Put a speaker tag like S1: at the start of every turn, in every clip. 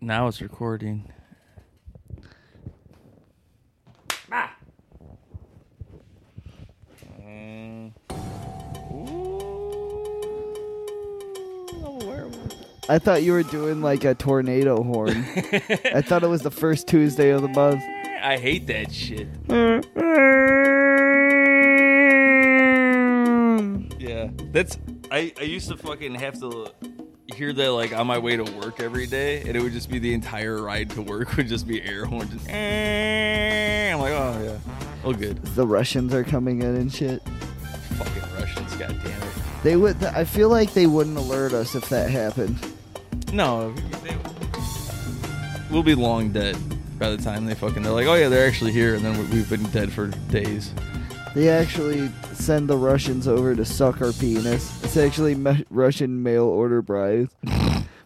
S1: Now it's recording. Mm. Ooh, I'm aware of it.
S2: I thought you were doing like a tornado horn. I thought it was the first Tuesday of the month.
S1: I hate that shit. Yeah, that's. I I used to fucking have to hear that like on my way to work every day, and it would just be the entire ride to work would just be air horns. Just, "Eh." I'm like, oh yeah, oh good.
S2: The Russians are coming in and shit.
S1: Fucking Russians, god damn it.
S2: They would. I feel like they wouldn't alert us if that happened.
S1: No, they, we'll be long dead by the time they fucking. They're like, oh yeah, they're actually here, and then we- we've been dead for days.
S2: They actually send the Russians over to suck our penis. It's actually me- Russian mail order bride.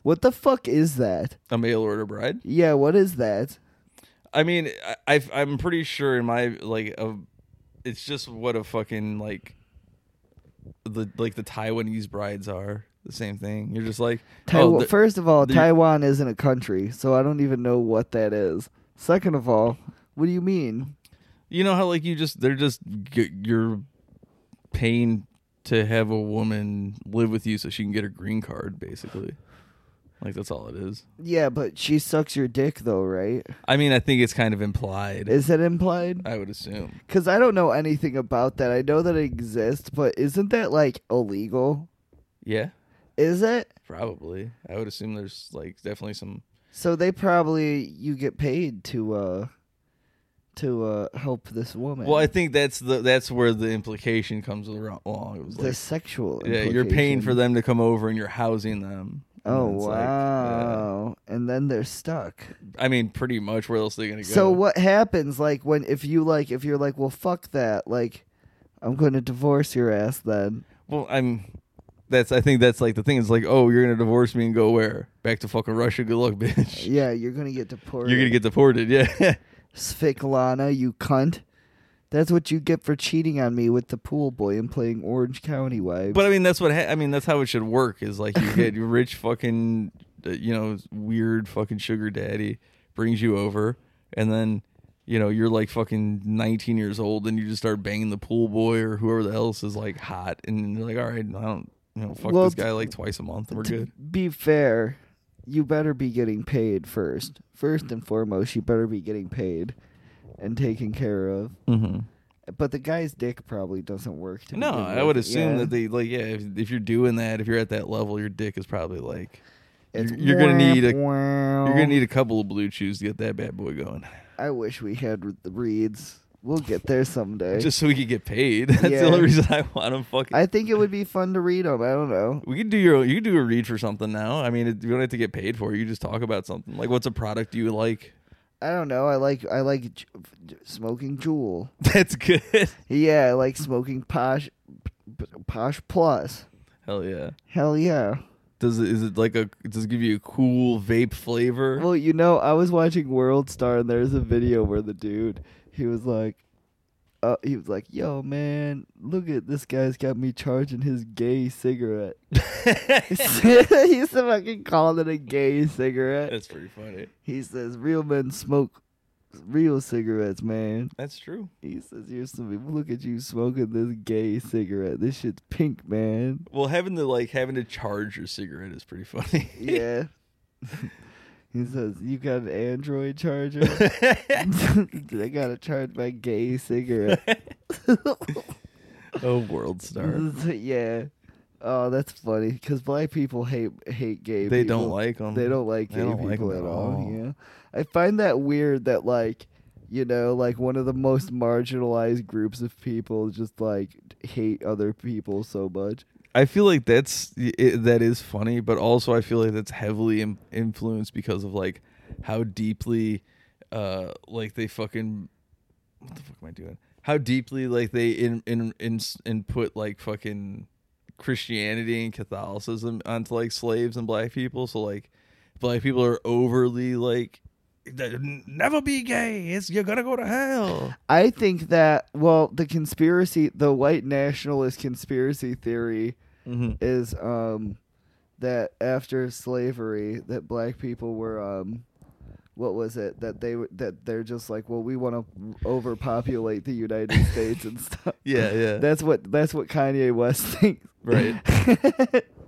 S2: what the fuck is that?
S1: A mail order bride.
S2: Yeah, what is that?
S1: Oh, I mean, I, I I'm pretty sure in my like a, it's just what a fucking like the like the Taiwanese brides are the same thing. You're just like oh,
S2: Taiwan,
S1: they're-
S2: first of all,
S1: the-
S2: Taiwan isn't a country, so I don't even know what that is. Second of all, what do you mean?
S1: you know how like you just they're just g- you're paying to have a woman live with you so she can get her green card basically. Like that's all it is.
S2: Yeah, but she sucks your dick though, right?
S1: I mean, I think it's kind of implied.
S2: Is that implied?
S1: I would assume.
S2: Cuz I don't know anything about that. I know that it exists, but isn't that like illegal?
S1: Yeah,
S2: Is it?
S1: probably. I would assume there's like definitely some
S2: So they probably you get paid to uh to uh help this woman.
S1: Well, I think that's the that's where the implication comes along. It was
S2: the
S1: like,
S2: sexual
S1: yeah, you're paying for
S2: implication.
S1: them to come over and you're housing them. And
S2: Oh
S1: then it's like, yeah.
S2: wow. And then they're stuck.
S1: I mean, pretty much. Where else are they gonna go?
S2: So what happens like when if you like if you're like, well fuck that, like I'm going to divorce your ass then.
S1: Well, I'm. That's. I think that's like the thing. It's like, oh, you're gonna divorce me and go where? Back to fucking Russia. Good luck, bitch.
S2: Yeah, you're going to get deported.
S1: You're gonna get deported. Yeah.
S2: Svitlana, you cunt. That's what you get for cheating on me with the pool boy and playing Orange County wives.
S1: but I mean, that's what. Ha- I mean, that's how it should work. Is like you get rich fucking, uh, you know, weird fucking sugar daddy brings you over, and then. You know, you're like fucking 19 years old, and you just start banging the pool boy or whoever the else is like hot, and you're like, all right, I don't, you know, fuck
S2: Well,
S1: this
S2: t-
S1: guy like twice a month, and we're
S2: to
S1: good.
S2: be fair, you better be getting paid first. First and foremost, you better be getting paid and taken care of.
S1: Mm-hmm.
S2: But the guy's dick probably doesn't work. To
S1: No,
S2: begin
S1: I would
S2: with.
S1: assume
S2: Yeah.
S1: that they like yeah. If, if you're doing that, if you're at that level, your dick is probably like
S2: It's
S1: you're gonna need a-
S2: wow.
S1: you're gonna need a couple of blue chews to get that bad boy going,
S2: I wish we had r- the reeds. We'll get there someday.
S1: just so we could get paid. That's
S2: Yeah.
S1: the only reason I want to fucking.
S2: I think it would be fun to read them. I don't know.
S1: we could do your you could do a read for something now. I mean, it, you don't have to get paid for it. You just talk about something like what's a product you like.
S2: I don't know. I like I like j- j- smoking Juul.
S1: That's good.
S2: Yeah, I like smoking posh p- p- posh plus.
S1: Hell yeah.
S2: Hell yeah.
S1: Does it is it like a does it give you a cool vape flavor?
S2: Well, you know, I was watching World Star and there's a video where the dude he was like uh, he was like, "Yo, man, look at this guy's got me charging his gay cigarette." He's fucking calling it a gay cigarette.
S1: That's pretty funny.
S2: He says, "Real men smoke real cigarettes, man."
S1: That's true.
S2: He says, "You're some look at you smoking this gay cigarette. This shit's pink, man."
S1: Well, having to like having to charge your cigarette is pretty funny.
S2: Yeah. he says, "You got an Android charger? I gotta charge my gay cigarette."
S1: oh, world star.
S2: yeah. Oh, that's funny because black people hate hate gay.
S1: They
S2: people.
S1: don't like them.
S2: They don't like gay
S1: They don't like
S2: people
S1: 'em
S2: at
S1: at
S2: all.
S1: all.
S2: Yeah, I find that weird that like, you know, like one of the most marginalized groups of people just like hate other people so much.
S1: I feel like that's it, that is funny, but also I feel like that's heavily Im- influenced because of like how deeply, uh, like they fucking what the fuck am I doing? How deeply like they in in in input like fucking Christianity and Catholicism onto like slaves and black people. So like black people are overly like never be gay. It's you're gonna go to hell.
S2: I think that well, the conspiracy, the white nationalist conspiracy theory
S1: Mm-hmm.
S2: is um that after slavery that black people were um what was it that they were that they're just like well we want to overpopulate the united states and stuff
S1: Yeah, yeah.
S2: that's what that's what kanye west thinks
S1: Right.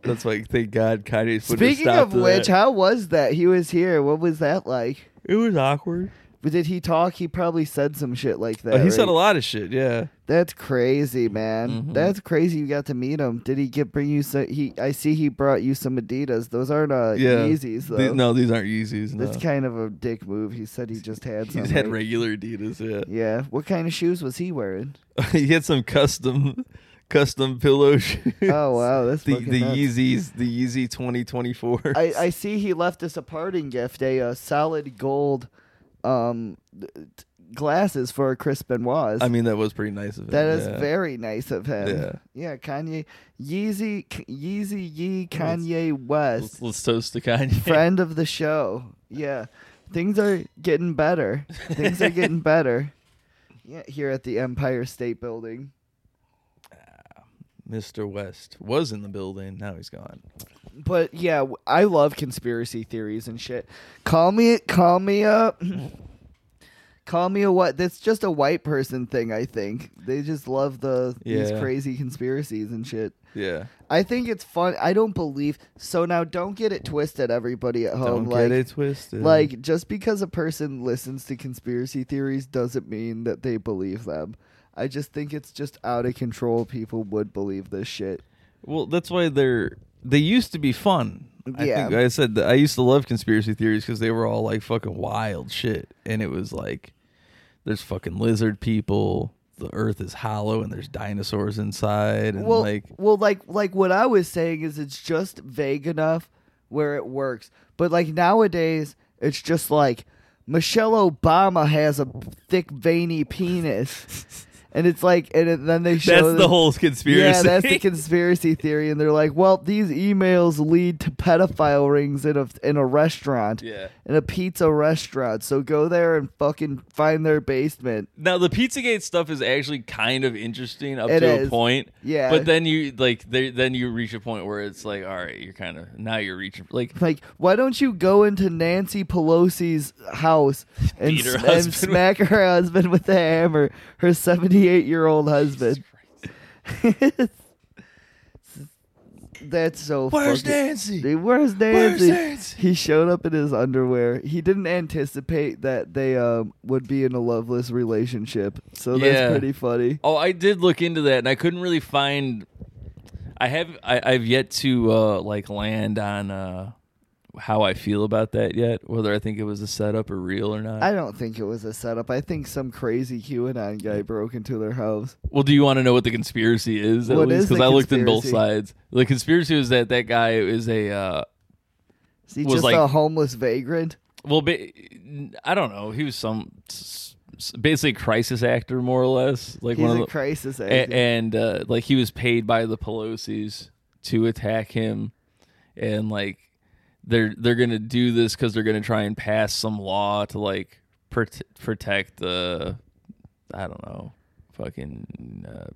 S1: That's like thank God Kanye's putting a
S2: speaking
S1: stop
S2: of
S1: to
S2: which
S1: that.
S2: how was that he was here what was that like
S1: it was awkward.
S2: but did he talk he probably said some shit like that
S1: Uh, he said
S2: right?
S1: a lot of shit. Yeah.
S2: That's crazy, man.
S1: Mhm.
S2: That's crazy. You got to meet him. Did he get bring you some? He, I see he brought you some Adidas. Those aren't uh,
S1: Yeah.
S2: Yeezys though.
S1: The- no, these aren't Yeezys. No.
S2: That's kind of a dick move. He said he just had
S1: He's
S2: some.
S1: had
S2: right?
S1: regular Adidas. Yeah.
S2: Yeah. What kind of shoes was he wearing?
S1: he had some custom, custom pillow shoes.
S2: Oh wow, that's
S1: The
S2: fucking
S1: the
S2: nuts.
S1: Yeezys, the Yeezy 2024.
S2: I, I see he left us a parting gift, a, uh solid gold, um, th- t- glasses for Chris Benoit.
S1: I mean that was pretty nice of him.
S2: That is
S1: yeah.
S2: very nice of him.
S1: Yeah.
S2: Yeah, Kanye, Yeezy, K- Yeezy, Yee,
S1: Let's-
S2: Kanye West.
S1: Let's, let's toast to Kanye.
S2: friend of the show. Yeah. Things are getting better. Things are getting better. Yeah, here at the Empire State Building.
S1: Mr. West was in the building. Now he's gone.
S2: But yeah, w- I love conspiracy theories and shit. Call me call me a call me a what? That's just a white person thing, I think. They just love the these
S1: Yeah.
S2: crazy conspiracies and shit.
S1: Yeah.
S2: I think it's fun. I don't believe so now don't get it twisted everybody at home
S1: Don't
S2: Oh, like
S1: get it twisted.
S2: Like, just because a person listens to conspiracy theories doesn't mean that they believe them. I just think it's just out of control. People would believe this shit.
S1: Well, that's why they're they used to be fun. I
S2: Yeah.
S1: think I said that I used to love conspiracy theories because they were all like fucking wild shit, and it was like there's fucking lizard people, the Earth is hollow, and there's dinosaurs inside, and
S2: Well,
S1: like
S2: well, like, like what I was saying is it's just vague enough where it works. But like nowadays, it's just like Michelle Obama has a thick, veiny penis, and it's like, and it- then they show
S1: that's
S2: this-
S1: the whole conspiracy.
S2: Yeah, that's the conspiracy theory, and they're like, "Well, these emails lead to pedophile rings in a in a restaurant,
S1: Yeah.
S2: in a pizza restaurant. So go there and fucking find their basement."
S1: Now the PizzaGate stuff is actually kind of interesting up
S2: It
S1: to
S2: is.
S1: a point.
S2: Yeah.
S1: But then you like they, then you reach a point where it's like, all right, you're kind of now you're reaching like
S2: Like, why don't you go into Nancy Pelosi's house and,
S1: Beat her
S2: s-
S1: husband
S2: and
S1: with-
S2: smack her husband with a hammer, her seventy eight year old husband? That's so.
S1: Where's
S2: fucking-
S1: Nancy?
S2: Dude, Where's
S1: Where's
S2: Nancy?
S1: Nancy?
S2: He showed up in his underwear. He didn't anticipate that they um, would be in a loveless relationship, so that's
S1: Yeah.
S2: pretty funny.
S1: Oh, I did look into that, and I couldn't really find. I have I, I've yet to uh, like land on uh, how I feel about that yet. Whether I think it was a setup or real or not.
S2: I don't think it was a setup. I think some crazy QAnon guy broke into their house.
S1: well, do you want to know what the conspiracy is? At
S2: What
S1: least
S2: is the
S1: because I looked in both
S2: conspiracy?
S1: sides. The conspiracy was that that guy is a uh,
S2: Is he
S1: Was
S2: just
S1: like-
S2: a homeless vagrant?
S1: well, ba- I don't know. He was some s- s- basically crisis actor, more or less. Like
S2: He's
S1: one
S2: a
S1: of the,
S2: crisis
S1: A-
S2: agent.
S1: and uh, like he was paid by the Pelosi's to attack him, and like they're they're gonna do this because they're gonna try and pass some law to like prote- protect the I don't know fucking uh,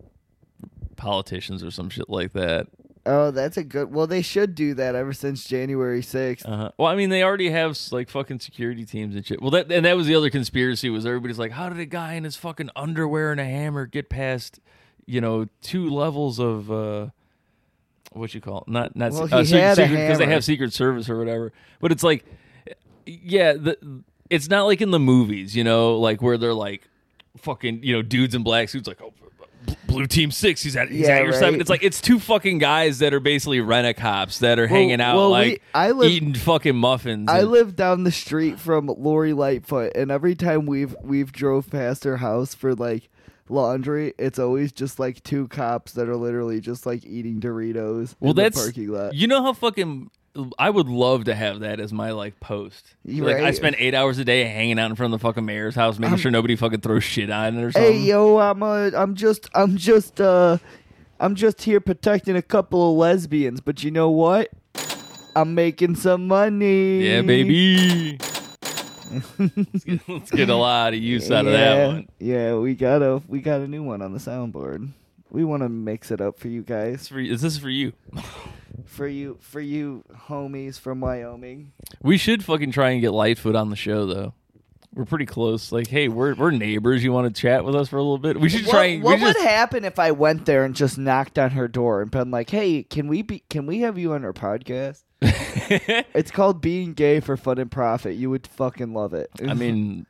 S1: politicians or some shit like that.
S2: oh, that's a good. Well, they should do that ever since January 6th.
S1: Uh-huh. Well, I mean, they already have like fucking security teams and shit. Well, that and that was the other conspiracy was everybody's like, how did a guy in his fucking underwear and a hammer get past, you know, two levels of uh, what you call it? not not
S2: Well,
S1: se-
S2: he
S1: uh, se-
S2: had a
S1: secret because they
S2: hammer.
S1: have secret service or whatever. But it's like, yeah, the, it's not like in the movies, you know, like where they're like fucking you know dudes in black suits like oh. bl- Blue team six, he's at he's
S2: Yeah,
S1: at your
S2: right.
S1: side. It's like it's two fucking guys that are basically rent a cops that are hanging out
S2: well, we-
S1: like
S2: I live-
S1: eating fucking muffins.
S2: I
S1: and-
S2: live down the street from Lori Lightfoot, and every time we've we've drove past her house for like laundry, it's always just like two cops that are literally just like eating Doritos
S1: well,
S2: in the
S1: that's
S2: parking lot.
S1: you know how fucking I would love to have that as my like post.
S2: You
S1: Like I
S2: right.
S1: spend eight hours a day hanging out in front of the fucking mayor's house, making sure nobody fucking throws shit on it or something.
S2: hey yo, I'm a, I'm just I'm just uh I'm just here protecting a couple of lesbians, but you know what? I'm making some money.
S1: yeah, baby. let's, get, let's get a lot of use out of
S2: Yeah.
S1: that one.
S2: Yeah, we got a we got a new one on the soundboard. We want to mix it up for you guys.
S1: It's for, is this for you?
S2: for you for you homies from Wyoming.
S1: We should fucking try and get Lightfoot on the show though. We're pretty close. Like, hey, we're we're neighbors. You want to chat with us for a little bit? We should
S2: What,
S1: try. and-
S2: what
S1: we
S2: would
S1: just,
S2: happen if I went there and just knocked on her door and been like, "Hey, can we be can we have you on our podcast?" It's called Being Gay for Fun and Profit. You would fucking love it.
S1: I mean,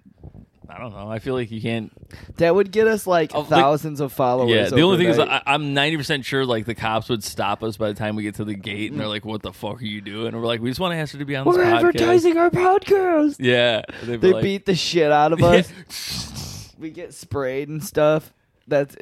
S1: I don't know. I feel like you can't.
S2: that would get us like
S1: Oh, like-
S2: thousands of followers.
S1: Yeah. The only thing is,
S2: overnight.
S1: I, I'm 90 percent sure like the cops would stop us by the time we get to the gate, and they're like, "What the fuck are you doing?" And we're like, "We just want to ask her to be on
S2: we're
S1: this podcast."
S2: advertising our podcast.
S1: Yeah. They'd be
S2: They
S1: like-
S2: beat the shit out of us. we get sprayed and stuff. That's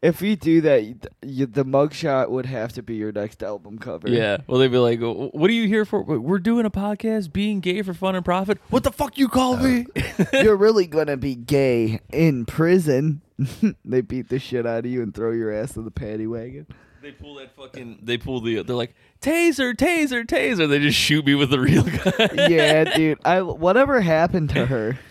S2: if we do that, you- you, the mugshot would have to be your next album cover.
S1: Yeah. Well, they'd be like, "Wh- "What are you here for? We're doing a podcast, being gay for fun and profit. What the fuck you call me?"
S2: Uh, you're really gonna be gay in prison. they beat the shit out of you and throw your ass in the paddy wagon.
S1: they pull that fucking. They pull the. They're like, "Taser, taser, taser!" They just shoot me with the real gun.
S2: Yeah, dude. I whatever happened to her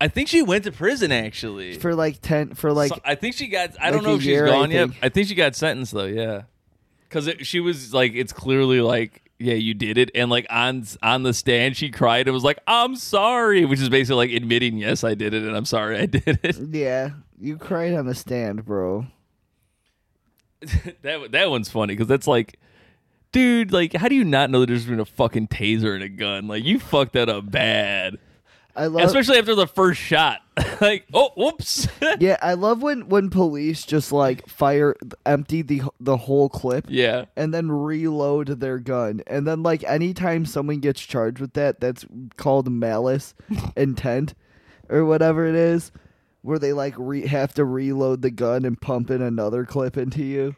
S1: I think she went to prison actually.
S2: for like ten for like
S1: So- I think she got. I
S2: like
S1: don't know
S2: a
S1: if she's
S2: year, I
S1: gone yet.
S2: think.
S1: I think she got sentenced though. Yeah, because she was like, it's clearly like, yeah, you did it, and like on on the stand, she cried and was like, "I'm sorry," which is basically like admitting, "Yes, I did it, and I'm sorry I did it."
S2: yeah. You cried on the stand, bro.
S1: that one- that one's funny because that's like, dude, like, how do you not know the difference between a fucking taser and a gun? Like, you fucked that up bad,
S2: I love
S1: especially after the first shot. like, oh, whoops.
S2: Yeah, I love when when police just like fire empty the the whole clip.
S1: yeah.
S2: and then reload their gun. And then like anytime someone gets charged with that, that's called malice intent or whatever it is, where they like re- have to reload the gun and pump in another clip into you.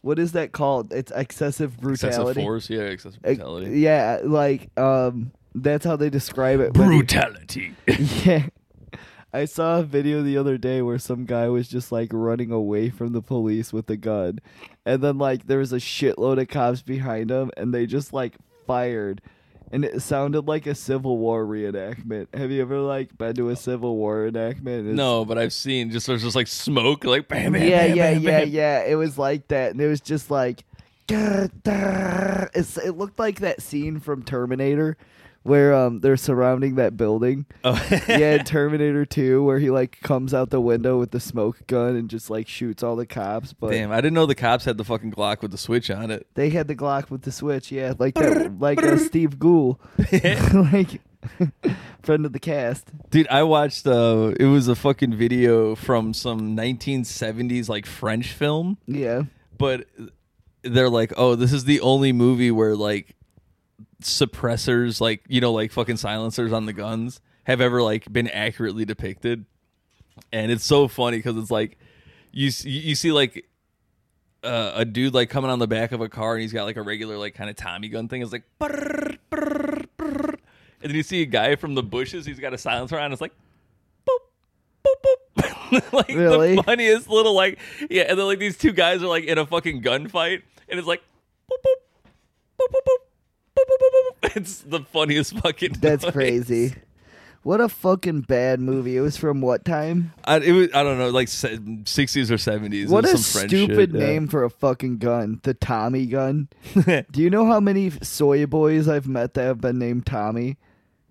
S2: What is that called? It's excessive
S1: Excessive
S2: brutality.
S1: force, yeah, excessive
S2: Ex-
S1: brutality.
S2: yeah, like um that's how they describe it. when you-
S1: Brutality.
S2: yeah. I saw a video the other day where some guy was just like running away from the police with a gun. And then like there was a shitload of cops behind him and they just like fired. And it sounded like a Civil War reenactment. Have you ever like been to a Civil War enactment? It's-
S1: No, but I've seen just there's just like smoke, like bam, bam,
S2: Yeah,
S1: bam,
S2: yeah,
S1: bam,
S2: yeah,
S1: bam.
S2: yeah. It was like that and it was just like it's, it looked like that scene from Terminator where um they're surrounding that building
S1: Oh.
S2: yeah, in Terminator 2, where he like comes out the window with the smoke gun and just like shoots all the cops. But
S1: Damn, I didn't know the cops had the fucking Glock with the switch on it.
S2: they had the Glock with the switch, yeah, like that, like uh, Steve Gould, like friend of the cast.
S1: Dude, I watched uh it was a fucking video from some 1970s like French film,
S2: Yeah,
S1: but they're like, "Oh, this is the only movie where like suppressors like, you know, like fucking silencers on the guns have ever like been accurately depicted." And it's so funny cuz it's like you s- you see like uh, a dude like coming on the back of a car and he's got like a regular like kind of Tommy gun thing. It's like, brrr, brrr, brrr. and then you see a guy from the bushes. He's got a silencer on. It's like, boop, boop, boop. like
S2: Really?
S1: the funniest little like yeah. And then like these two guys are like in a fucking gunfight, and it's like, boop, boop, boop, boop, boop, boop, boop, boop. It's the funniest fucking.
S2: that's
S1: noise.
S2: crazy. What a fucking bad movie. It was from what time?
S1: I, it was, I don't know, like sixties or seventies.
S2: What
S1: was
S2: a
S1: some French
S2: stupid
S1: shit, yeah.
S2: name for a fucking gun. The Tommy gun. Do you know how many soy boys I've met that have been named Tommy?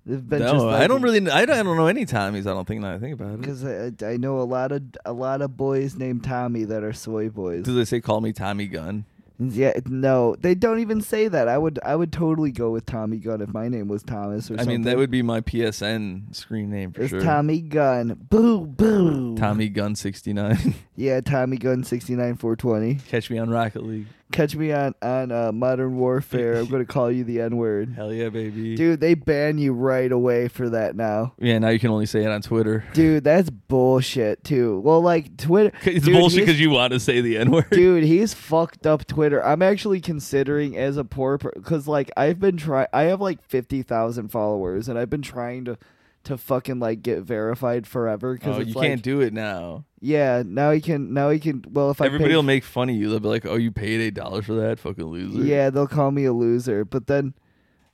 S2: They've been just
S1: No,
S2: like-
S1: I don't really. I don't, I don't know any Tommies. I don't think. Now I think about it.
S2: Because I, I know a lot of a lot of boys named Tommy that are soy boys.
S1: Do they say "Call me Tommy Gun"?
S2: Yeah, no, they don't even say that. I would I would totally go with Tommy Gunn if my name was Thomas or
S1: I
S2: something.
S1: mean, that would be my PSN screen name for
S2: it's
S1: sure.
S2: Tommy Gunn. Boo boo.
S1: Tommy Gun sixty nine.
S2: Yeah, Tommy Gunn sixty nine four twenty.
S1: Catch me on Rocket League.
S2: Catch me on on uh, Modern Warfare. I'm gonna call you the N word,
S1: Hell yeah, baby.
S2: dude. They ban you right away for that now.
S1: Yeah, now you can only say it on Twitter.
S2: Dude, that's bullshit too. Well, like Twitter.
S1: It's
S2: dude,
S1: bullshit
S2: he's-
S1: because you want to say the N word.
S2: Dude, he's fucked up Twitter. I'm actually considering as a poor because like I've been try I have like fifty thousand followers and I've been trying to to fucking like get verified forever because
S1: Oh, you can't do it now.
S2: yeah now he can now he can well if I
S1: Everybody
S2: pay-
S1: will make fun of you. They'll be like, "Oh, you paid eight dollars for that, fucking loser."
S2: yeah they'll call me a loser but then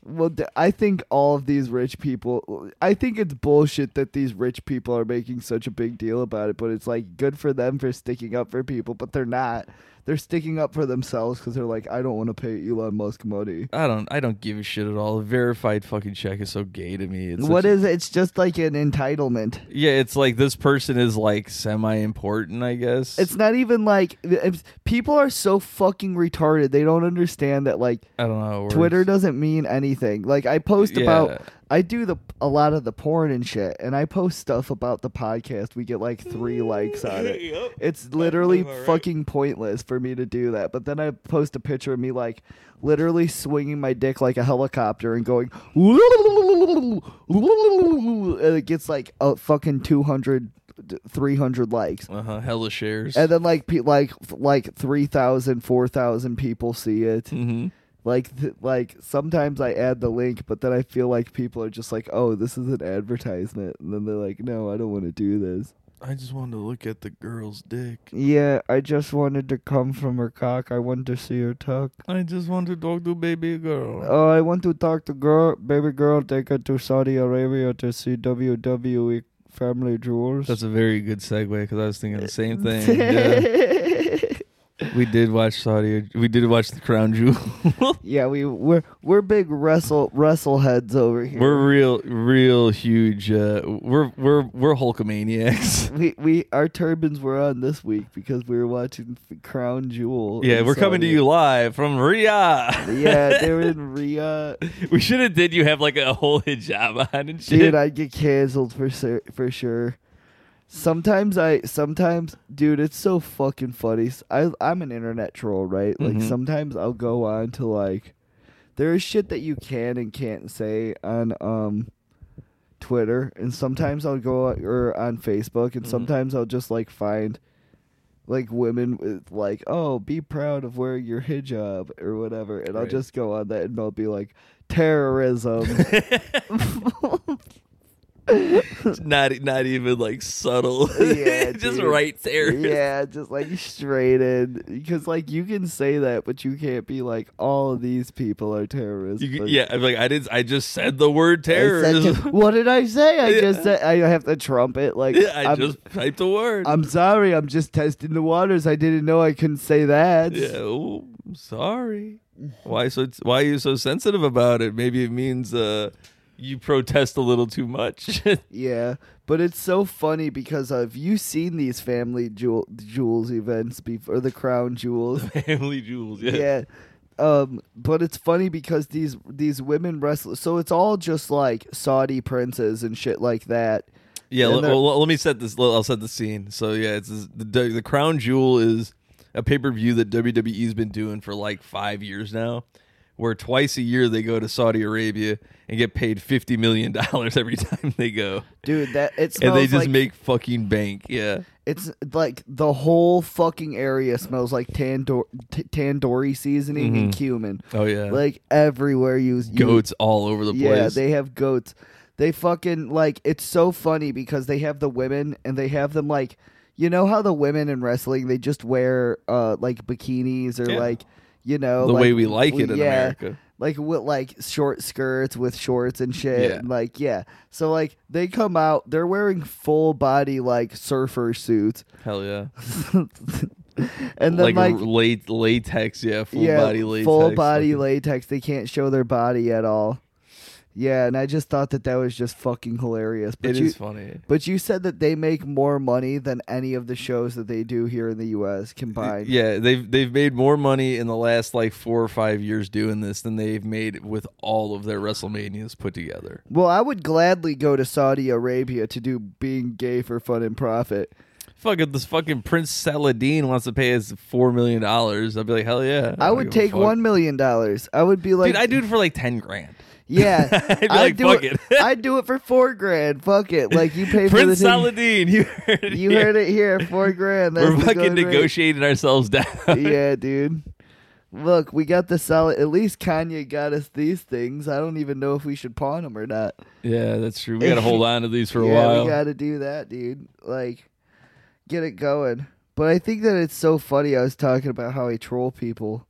S2: well th- I think all of these rich people I think it's bullshit that these rich people are making such a big deal about it but it's like good for them for sticking up for people but they're not they're sticking up for themselves because they're like, I don't want to pay Elon Musk money.
S1: I don't. I don't give a shit at all. A verified fucking check is so gay to me. It's
S2: What
S1: such-
S2: is it? It's just like an entitlement.
S1: Yeah, it's like this person is like semi-important, I guess.
S2: It's not even like it's- people are so fucking retarded. They don't understand that like
S1: I don't know. How it works.
S2: Twitter doesn't mean anything. Like I post
S1: Yeah.
S2: about I do the a lot of the porn and shit and I post stuff about the podcast. We get like 3 likes on it. It's literally
S1: alright.
S2: fucking pointless for me to do that. But then I post a picture of me like literally swinging my dick like a helicopter and going and it gets like a fucking 200 300 likes.
S1: Uh-huh, hella shares.
S2: And then like pe- like like 3,000 4,000 people see it.
S1: Mhm.
S2: Like th- like sometimes I add the link, but then I feel like people are just like, "Oh, this is an advertisement." And then they're like, "No, I don't want to do this."
S1: I just wanted to look at the girl's dick.
S2: Yeah, I just wanted to come from her cock. I wanted to see her tuck.
S1: I just want to talk to baby girl.
S2: Oh, I want to talk to girl, baby girl. Take her to Saudi Arabia to see WWE Family Jewels.
S1: That's a very good segue because I was thinking the same thing. Yeah. we did watch Saudi. We did watch The Crown Jewel.
S2: yeah, we we're we're big wrestle wrestle heads over here.
S1: we're real, real huge. Uh, we're we're we're Hulkamaniacs.
S2: we we our turbans were on this week because we were watching F- Crown Jewel.
S1: Yeah,
S2: in
S1: we're coming to
S2: Saudi.
S1: you live from Riyadh.
S2: Yeah, they were in Riyadh.
S1: we should have did. You have like a whole hijab on and shit.
S2: Dude, I'd get canceled for sure, for sure. Sometimes I sometimes dude, it's so fucking funny. S- I I'm an internet troll, right? Like
S1: Mhm.
S2: sometimes I'll go on to like there is shit that you can and can't say on um Twitter and sometimes I'll go or on Facebook and
S1: Mhm.
S2: sometimes I'll just like find like women with like, oh, be proud of wearing your hijab or whatever, and I'll
S1: Right.
S2: just go on that and I'll be like, terrorism.
S1: It's not e, not even like subtle.
S2: Yeah,
S1: just
S2: dude.
S1: right there.
S2: Yeah, just like straight in, because like you can say that, but you can't be like all of these people are terrorists.
S1: You-
S2: but-
S1: yeah, I'm like I did. I just said the word
S2: I said
S1: terrorism.
S2: just- what did I say? I
S1: Yeah.
S2: just said I have to trumpet. Like
S1: Yeah, I
S2: am
S1: just typed a word.
S2: I'm sorry. I'm just testing the waters. I didn't know I couldn't say that.
S1: yeah, oh, I'm sorry. Why so? Why are you so sensitive about it? Maybe it means uh, you protest a little too much.
S2: Yeah, but it's so funny because have you seen these family jewel jewels events before? The crown jewels.
S1: Family jewels. Yeah.
S2: yeah. Um, but it's funny because these these women wrestle, so it's all just like Saudi princes and shit like that.
S1: Yeah,
S2: And
S1: l-
S2: they're-
S1: well, let me set this. I'll set the scene. So yeah, it's this, the the crown jewel is a pay per view that WWE's been doing for like five years now, where twice a year they go to Saudi Arabia and get paid fifty million dollars every time they go,
S2: Dude, that it smells
S1: and they just
S2: like
S1: make fucking bank. Yeah,
S2: it's like the whole fucking area smells like tandoor t- tandoori seasoning and cumin.
S1: oh yeah,
S2: Like everywhere you, you
S1: goats all over the
S2: Yeah,
S1: place.
S2: they have goats. They fucking like it's so funny because they have the women and they have them like you know how the women in wrestling they just wear uh like bikinis or
S1: Yeah.
S2: like you know
S1: the way we like it in
S2: yeah,
S1: America.
S2: like with like short skirts with shorts and shit
S1: Yeah.
S2: and, like yeah so like they come out they're wearing full body like surfer suits
S1: Hell yeah,
S2: and then like,
S1: r- late latex. Yeah, full
S2: yeah,
S1: body latex.
S2: full body
S1: fucking-
S2: latex. They can't show their body at all. Yeah, and I just thought that that was just fucking hilarious. But
S1: It
S2: you,
S1: is funny.
S2: but you said that they make more money than any of the shows that they do here in the U.S. combined.
S1: Yeah, they've they've made more money in the last like four or five years doing this than they've made with all of their WrestleManias put together.
S2: Well, I would gladly go to Saudi Arabia to do being gay for fun and profit.
S1: Fuck if this fucking Prince Saladin wants to pay us four million dollars, I'd be like, hell yeah.
S2: I
S1: don't give
S2: would
S1: a
S2: take
S1: fuck.
S2: one million dollars. I would be like,
S1: Dude, I do it for like ten grand.
S2: yeah,
S1: I'd be
S2: I'd
S1: like,
S2: do
S1: fuck
S2: it.
S1: it.
S2: I'd do it for four grand. Fuck it, like you pay for the
S1: Prince
S2: thing.
S1: Saladin, you heard it.
S2: You
S1: here.
S2: heard it here, four grand. That's
S1: We're
S2: the
S1: fucking
S2: going rate.
S1: negotiating ourselves down.
S2: yeah, dude. Look, we got the solid. At least Kanye got us these things. I don't even know if we should pawn them or not.
S1: Yeah, that's true. We gotta hold on to these for a
S2: yeah,
S1: while.
S2: we got to do that, dude. Like, get it going. But I think that it's so funny. I was talking about how I troll people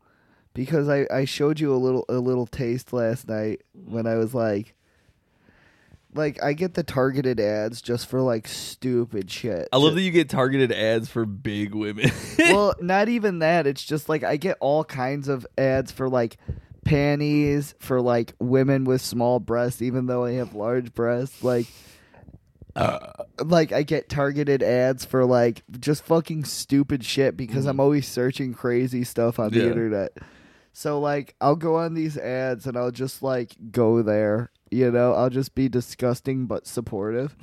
S2: because I, I showed you a little a little taste last night when I was like, like I get the targeted ads just for like stupid shit.
S1: I love that you get targeted ads for big women.
S2: well, not even that. It's just like I get all kinds of ads for like panties for like women with small breasts, even though I have large breasts. Like,
S1: Uh,
S2: like I get targeted ads for like just fucking stupid shit because I'm always searching crazy stuff on the
S1: Mm. Yeah.
S2: internet. So like I'll go on these ads and I'll just like go there. You know, I'll just be disgusting but supportive.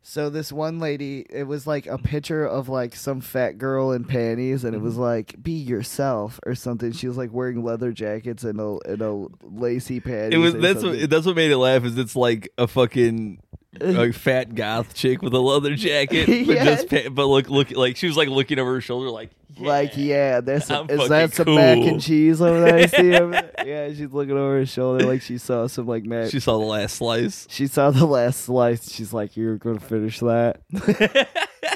S2: So this one lady, it was like a picture of like some fat girl in panties, and it
S1: Mm-hmm.
S2: was like "Be yourself" or something. She was like wearing leather jackets and a and a lacy panties.
S1: it was
S2: or
S1: that's
S2: something.
S1: what that's what made it laugh is it's like a fucking a fat goth chick with a leather jacket, but
S2: Yeah.
S1: just pa- but look look like she was like looking over her shoulder like yeah.
S2: Like, yeah, that's
S1: I'm
S2: is that some
S1: fucking
S2: mac
S1: cool.
S2: and cheese over there? I see over there? Yeah, she's looking over her shoulder like she saw some like mac.
S1: she saw the last slice.
S2: she saw the last slice. She's like, "You're gonna finish that."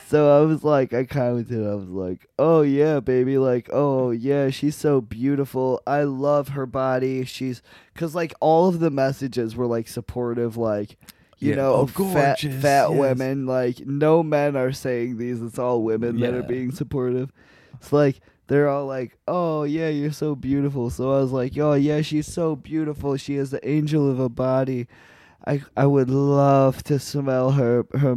S2: so I was like, I commented. I was like, "Oh yeah, baby! Like, oh yeah, she's so beautiful. I love her body. She's because like all of the messages were like supportive, like." You
S1: Yeah.
S2: know,
S1: Oh,
S2: of fat,
S1: gorgeous,
S2: fat
S1: yes.
S2: women. Like no men are saying these. It's all women that are
S1: Yeah.
S2: being supportive. It's like they're all like, "Oh yeah, you're so beautiful." So I was like, "Oh yeah, she's so beautiful. She is the angel of a body. I I would love to smell her her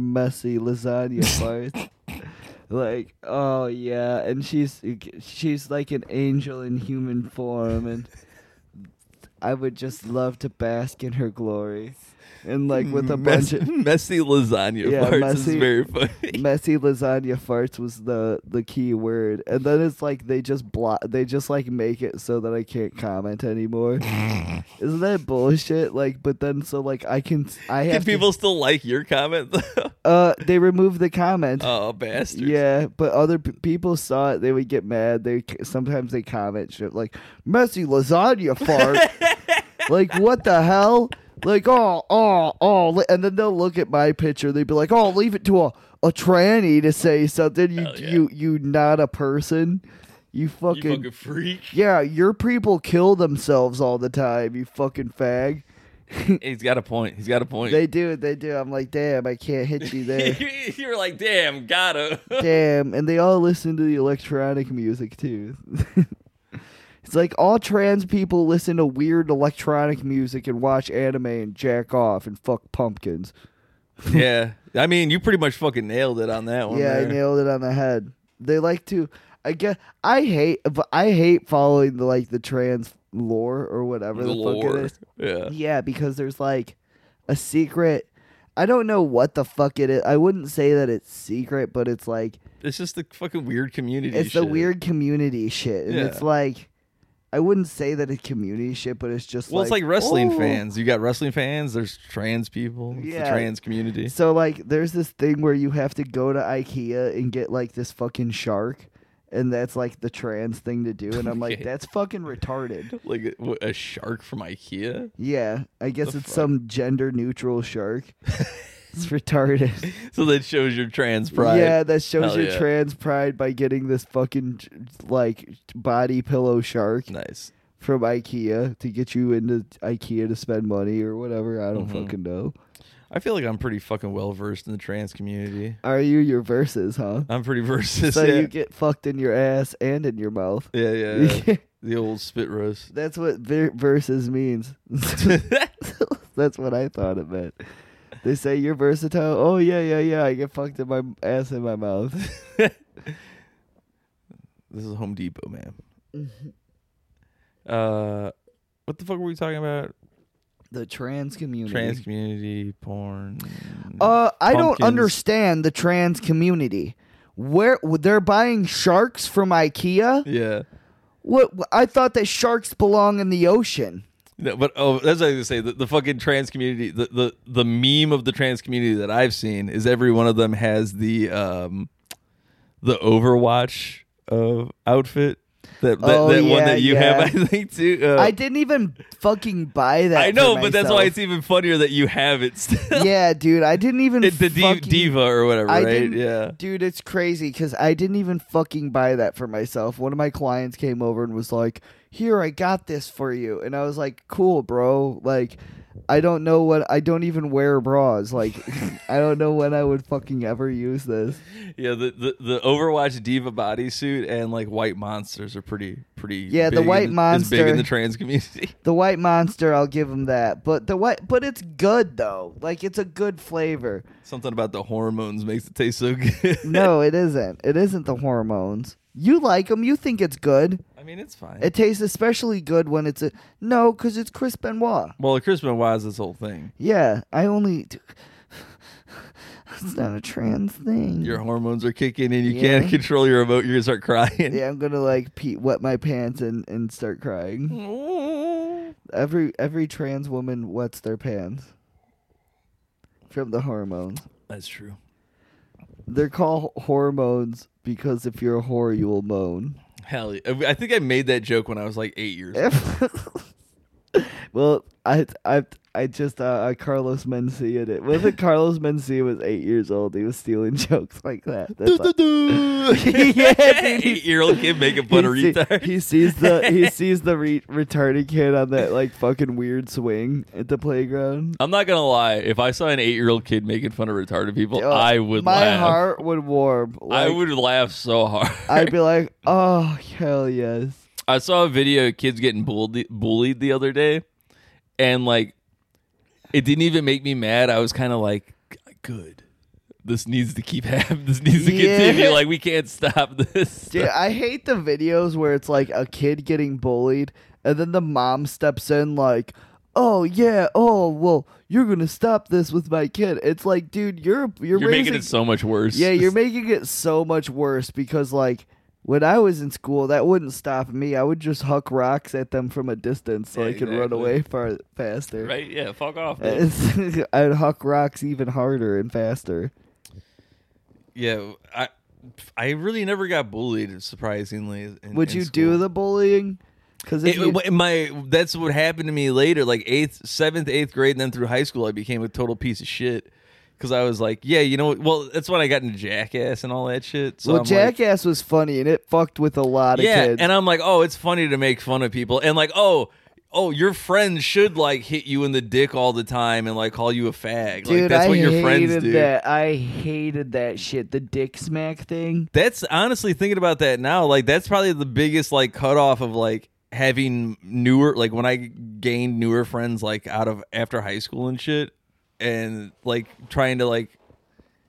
S2: messy lasagna farts." like, "Oh yeah," and she's she's like an angel in human form and I would just love to bask in her glory. And like with a
S1: Mess-
S2: bunch of
S1: messy lasagna
S2: Yeah,
S1: parts
S2: messy-
S1: is very funny.
S2: messy lasagna farts was the the key word and then it's like they just block they just like make it so that i can't comment anymore isn't that bullshit like but then so like i can i
S1: Can
S2: have to-
S1: people still like your comment though?
S2: uh they removed the comment
S1: oh bastards.
S2: yeah but other p- people saw it they would get mad they c- sometimes they comment shit like messy lasagna fart like what the hell like oh oh oh li- and then they'll look at my picture they'd be like oh leave it to a, a tranny to say something you
S1: Hell yeah.
S2: you you not a person you
S1: You
S2: fucking,
S1: fucking freak.
S2: yeah your people kill themselves all the time you fucking fag
S1: He's got a point. He's got a point.
S2: they do they do i'm like damn i can't hit you there
S1: you were like, damn, gotta.
S2: Damn, and they all listen to the electronic music too. it's like all trans people listen to weird electronic music and watch anime and jack off and fuck pumpkins.
S1: yeah. I mean, you pretty much fucking nailed it on that one.
S2: yeah, I
S1: there.
S2: nailed it on the head. They like to I guess I hate but I hate following the like the trans lore or whatever the, fuck it
S1: Lore.
S2: is.
S1: Yeah.
S2: Yeah, because there's like a secret I don't know what the fuck it is. I wouldn't say that it's secret, but it's like
S1: It's just the fucking weird community.
S2: it's the
S1: shit.
S2: weird community shit, and it's
S1: Yeah.
S2: like I wouldn't say that it's community shit, but it's just
S1: Well, it's like wrestling
S2: oh.
S1: fans. You got wrestling fans. There's trans people. It's
S2: Yeah.
S1: the trans community.
S2: So like, there's this thing where you have to go to IKEA and get like this fucking shark, and that's like the trans thing to do, and I'm like,
S1: Okay.
S2: that's fucking retarded.
S1: Like a- what, a shark from IKEA.
S2: Yeah, I guess
S1: The
S2: it's
S1: fuck?
S2: some gender neutral shark. it's retarded.
S1: So that shows your trans pride.
S2: Yeah, that shows
S1: Hell
S2: your
S1: yeah.
S2: trans pride by getting this fucking like body pillow shark.
S1: Nice.
S2: from IKEA to get you into IKEA to spend money or whatever. I don't fucking know.
S1: I feel like I'm pretty fucking well versed in the trans community.
S2: Are you your verses, huh?
S1: I'm pretty versed.
S2: So
S1: yeah.
S2: you get fucked in your ass and in your mouth.
S1: yeah, yeah, yeah. the old spit roast.
S2: That's what ver- verses means. That's what I thought it meant. They say you're versatile. Oh yeah, yeah, yeah. I get fucked in my ass and my mouth.
S1: This is Home Depot, man.
S2: Mm-hmm.
S1: uh, what the fuck were we talking about?
S2: The trans community.
S1: Trans community porn.
S2: Uh, I don't
S1: Pumpkins.
S2: understand the trans community. Where they're buying sharks from IKEA?
S1: yeah.
S2: What I thought that sharks belong in the ocean.
S1: No, but oh, that's what I was gonna say. The, the fucking trans community, the, the the meme of the trans community that I've seen is every one of them has the um, the Overwatch uh, outfit. That that,
S2: Oh,
S1: that one
S2: yeah,
S1: that you have,
S2: yeah.
S1: I think too. Uh,
S2: I didn't even fucking buy that.
S1: I
S2: for
S1: know, but that's why it's
S2: myself.
S1: even funnier that you have it still.
S2: yeah, dude, I didn't even
S1: It- the di-
S2: fucking,
S1: diva or whatever,
S2: I
S1: right?
S2: didn't,
S1: Yeah.
S2: dude, it's crazy because I didn't even fucking buy that for myself. One of my clients came over and was like, "Here, I got this for you," and I was like, "Cool, bro." Like, I don't know what I don't even wear bras. Like I don't know when I would fucking ever use this.
S1: Yeah, the, the, the Overwatch diva bodysuit and like white monsters are pretty pretty.
S2: Yeah, the
S1: big in
S2: white
S1: is big in
S2: monster-
S1: the trans community.
S2: The white monster, I'll give him that. But the white but it's good though. Like it's a good flavor.
S1: Something about the hormones makes it taste so good.
S2: No, it isn't. It isn't the hormones. You like them. You think it's good.
S1: I mean it's fine.
S2: It tastes especially good when it's a no, because it's Chris Benoit.
S1: well, Chris Benoit is this whole thing.
S2: Yeah, I only. It's not a trans thing.
S1: Your hormones are kicking and you
S2: Mm. Yeah.
S1: can't control your emote. You start crying.
S2: yeah, I'm gonna like pee, wet my pants and, and start crying. Every every trans woman wets their pants from the hormones.
S1: That's true.
S2: They're called hormones because if you're a whore, you will moan.
S1: Hell, yeah. I think I made that joke when I was like eight years. old.
S2: well, I I I just uh, uh, Carlos Mencia did. Was it Carlos Mencia was eight years old? He was stealing jokes like that. That's why- Yeah, dude.
S1: eight-year-old kid making fun of
S2: he, see-
S1: retards.
S2: he sees the he sees the re- retarded kid on that like fucking weird swing at the playground.
S1: I'm not gonna lie. If I saw an eight-year-old kid making fun of retarded people,
S2: Yo,
S1: Oh, I would
S2: My
S1: laugh.
S2: heart would warm.
S1: I
S2: Like,
S1: would laugh so hard.
S2: I'd be like, oh hell yes.
S1: I saw a video of kids getting bullied bullied the other day, and like, it didn't even make me mad. I was kind of like, good. This needs to keep happening. This needs to
S2: Yeah.
S1: continue. Like we can't stop this.
S2: Dude, I hate the videos where it's like a kid getting bullied and then the mom steps in like, "Oh yeah, oh well, you're going to stop this with my kid." It's like, dude, you're you're,
S1: You're
S2: raising
S1: making it so much worse.
S2: Yeah, you're making it so much worse because like when I was in school, that wouldn't stop me. I would just huck rocks at them from a distance so
S1: Yeah,
S2: I could run
S1: exactly.
S2: away far faster.
S1: right. Yeah, fuck off. dude.
S2: Uh, It's- I'd huck rocks even harder and faster.
S1: Yeah, I I really never got bullied. Surprisingly, in,
S2: Would
S1: in
S2: you
S1: school.
S2: do the bullying? Because
S1: It- w- my that's what happened to me later, like eighth, seventh, eighth grade, and then through high school, I became a total piece of shit because I was like, yeah, you know, well, that's when I got into Jackass and all that shit. So
S2: well,
S1: I'm like-
S2: Jackass was funny and it fucked with a lot of
S1: yeah,
S2: kids.
S1: and I'm like, oh, it's funny to make fun of people, and like, oh. Oh, your friends should like hit you in the dick all the time and like call you a fag.
S2: Dude,
S1: like that's
S2: I
S1: what your
S2: hated
S1: friends do.
S2: that. I hated that shit. The dick smack thing.
S1: That's honestly thinking about that now. Like that's probably the biggest like cutoff of like having newer like when I gained newer friends like out of after high school and shit, and like trying to like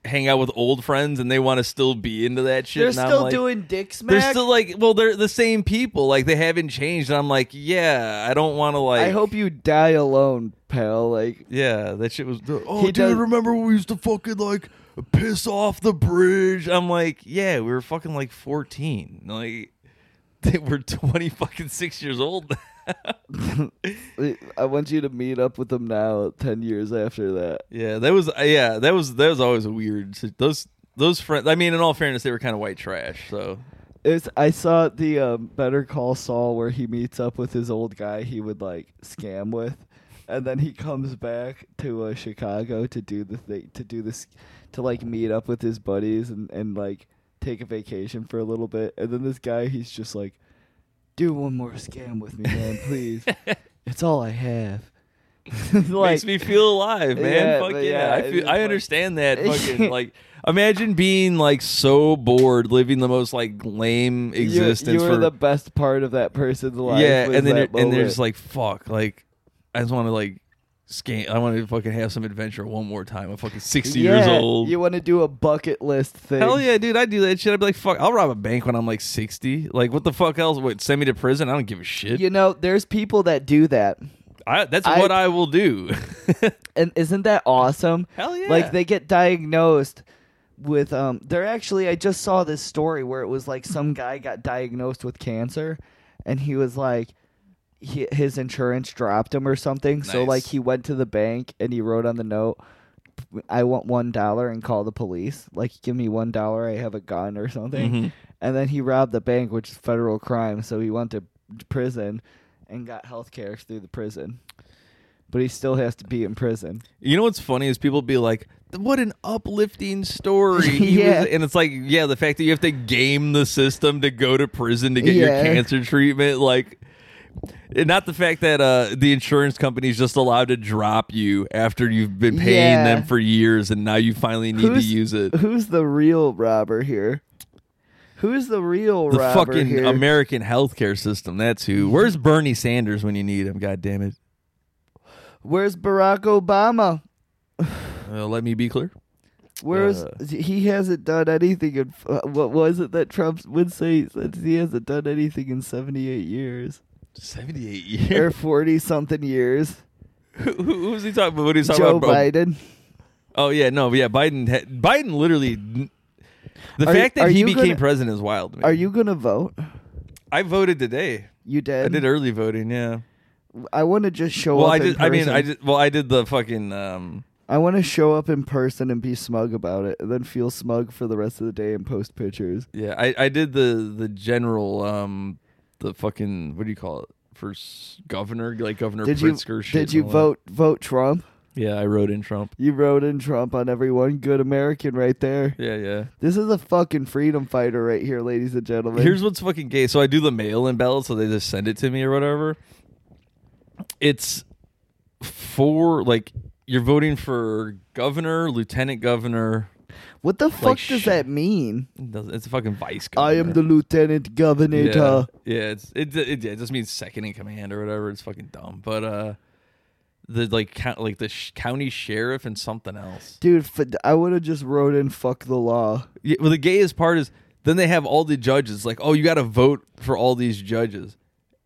S1: hang out with old friends and they want to still be into that shit.
S2: They're
S1: and I'm
S2: still
S1: like-
S2: doing dick smack.
S1: They're still like well they're the same people like they haven't changed and I'm like yeah I don't want to like
S2: I hope you die alone, pal. Like
S1: yeah that shit was oh
S2: He
S1: dude
S2: does-
S1: remember when we used to fucking like piss off the bridge I'm like yeah we were fucking like 14 like they were 20 fucking six years old
S2: I want you to meet up with them now, ten years after that.
S1: yeah that was uh, yeah that was that was always a weird si- those those friends I mean in all fairness they were kind of white trash so
S2: It's, I saw the um, Better Call Saul where he meets up with his old guy he would like scam with, and then he comes back to uh, Chicago to do the thing to do this to like meet up with his buddies and and like take a vacation for a little bit, and then this guy he's just like, do one more scam with me, man, please. it's all I have. like,
S1: makes me feel alive, man.
S2: Yeah,
S1: Fuck
S2: but
S1: yeah.
S2: yeah,
S1: I
S2: it's
S1: feel,
S2: just
S1: I
S2: like-
S1: understand that. Fucking like imagine being like so bored, living the most like lame
S2: you-
S1: existence
S2: You, were
S1: for
S2: the best part of that person's life.
S1: yeah,
S2: was
S1: and then
S2: that
S1: you're, and they're
S2: moment.
S1: just like fuck, like I just want to like scan. I want to fucking have some adventure one more time. I'm fucking sixty years
S2: Yeah,
S1: old.
S2: You want to do a bucket list thing?
S1: Hell yeah, dude! I do that shit. I'd be like, "Fuck, I'll rob a bank when I'm like 60. Like, what the fuck else? Wait, send me to prison? I don't give a shit.
S2: You know, there's people that do that,
S1: I, that's
S2: I-
S1: what I will do.
S2: and isn't that awesome?
S1: Hell yeah!
S2: Like they get diagnosed with um. They're actually I just saw this story where it was like some guy got diagnosed with cancer, and he was like. He, his insurance dropped him or something, so
S1: Nice.
S2: like he went to the bank and he wrote on the note, "I want one dollar and call the police. Like, give me one dollar. I have a gun or something."
S1: Mhm.
S2: and then he robbed the bank, which is federal crime. So he went to prison and got health care through the prison. But he still has to be in prison.
S1: You know what's funny is people be like, "What an uplifting story!" He
S2: Yeah.
S1: was- and it's like, yeah, the fact that you have to game the system to go to prison to get your
S2: Yeah.
S1: cancer treatment, like. And not the fact that uh, the insurance company's just allowed to drop you after you've been paying
S2: Yeah.
S1: them for years, and now you finally need
S2: Who's-
S1: to use it.
S2: Who's the real robber here? Who's the real
S1: The
S2: robber
S1: fucking
S2: here?
S1: American healthcare system. That's who. Where's Bernie Sanders when you need him? God damn it.
S2: Where's Barack Obama?
S1: Uh, let me be clear.
S2: Where's
S1: Uh.
S2: he hasn't done anything in uh, what was it that Trump would say that he hasn't done anything in 78 years
S1: 78
S2: or
S1: years.
S2: 40 something years.
S1: who, who was he talking about? What he's talking
S2: Joe
S1: about?
S2: Biden.
S1: Oh, yeah. No, yeah. Biden, ha- Biden literally. The
S2: Are you-
S1: fact
S2: are
S1: that he
S2: you
S1: became
S2: gonna-
S1: president is wild. to me.
S2: Are you going to vote?
S1: I voted today.
S2: You did.
S1: I did early voting, yeah.
S2: I want to just show
S1: Well,
S2: up
S1: I
S2: in
S1: did.
S2: person.
S1: I mean, I did. Well, I did the fucking. Um,
S2: I want to show up in person and be smug about it and then feel smug for the rest of the day and post pictures.
S1: yeah, I, I did the the general. Um, the fucking what do you call it? First governor, like Governor
S2: Did you
S1: Pritzker. shit
S2: did you
S1: and all
S2: vote vote Trump?
S1: that. Yeah, I wrote in Trump.
S2: You wrote in Trump on everyone. Good American right there.
S1: Yeah, yeah.
S2: This is a fucking freedom fighter right here, ladies and gentlemen.
S1: Here's what's fucking gay. So I do the mail in ballot, so they just send it to me or whatever. It's for like you're voting for governor, lieutenant governor.
S2: what the fuck does
S1: shit.
S2: that mean?
S1: It doesn't- It's a fucking vice. Governor.
S2: I am the lieutenant governor.
S1: Yeah, yeah, it's it, it yeah, it just means second in command or whatever. It's fucking dumb. But uh, the like count like the sh- county sheriff and something else.
S2: Dude, f- I would have just wrote in fuck the law.
S1: Yeah, well, the gayest part is then they have all the judges. Like, oh, you got to vote for all these judges,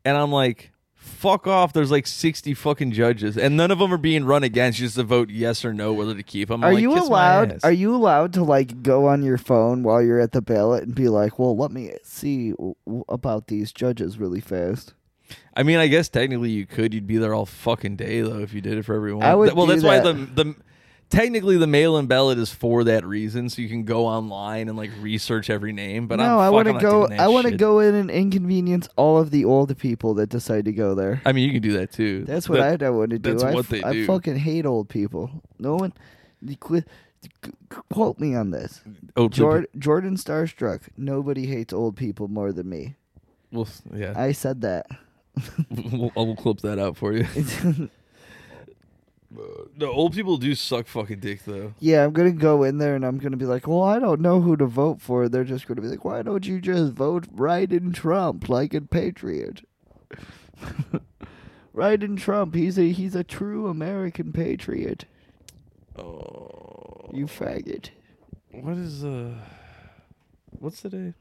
S1: and I'm like, fuck off. There's like sixty fucking judges, and none of them are being run against. Just to vote yes or no whether to keep them.
S2: Are you allowed? Are you allowed to like go on your phone while you're at the ballot and be like, "Well, let me see w- w- about these judges really fast."
S1: I mean, I guess technically you could. You'd be there all fucking day though if you did it for everyone.
S2: I would
S1: Th- well,
S2: do
S1: that's why the
S2: that.
S1: the technically the mail-in ballot is for that reason, so you can go online and like research every name. But
S2: no, I
S1: I'm,
S2: want
S1: fucking
S2: to
S1: not
S2: go.
S1: doing that
S2: I want to
S1: shit.
S2: go in and inconvenience all of the old people that decide to go there.
S1: I mean, you can do that too.
S2: That's what
S1: That-
S2: I want to do.
S1: that's
S2: I,
S1: what
S2: f-
S1: they
S2: I
S1: do.
S2: fucking hate old people. No one, you quit, c- c- quote me on this.
S1: Oh,
S2: Jordan, Jordan Starstruck. Nobody hates old people more than me.
S1: We'll, yeah,
S2: I said that.
S1: we'll, we'll clip that out for you. No, old people do suck fucking dick though.
S2: yeah, I'm gonna go in there and I'm gonna be like, well, I don't know who to vote for. They're just gonna be like, why don't you just vote right in Trump, like in Patriot? right in Trump. He's a he's a true American patriot.
S1: Oh,
S2: You faggot.
S1: what is uh, what's today?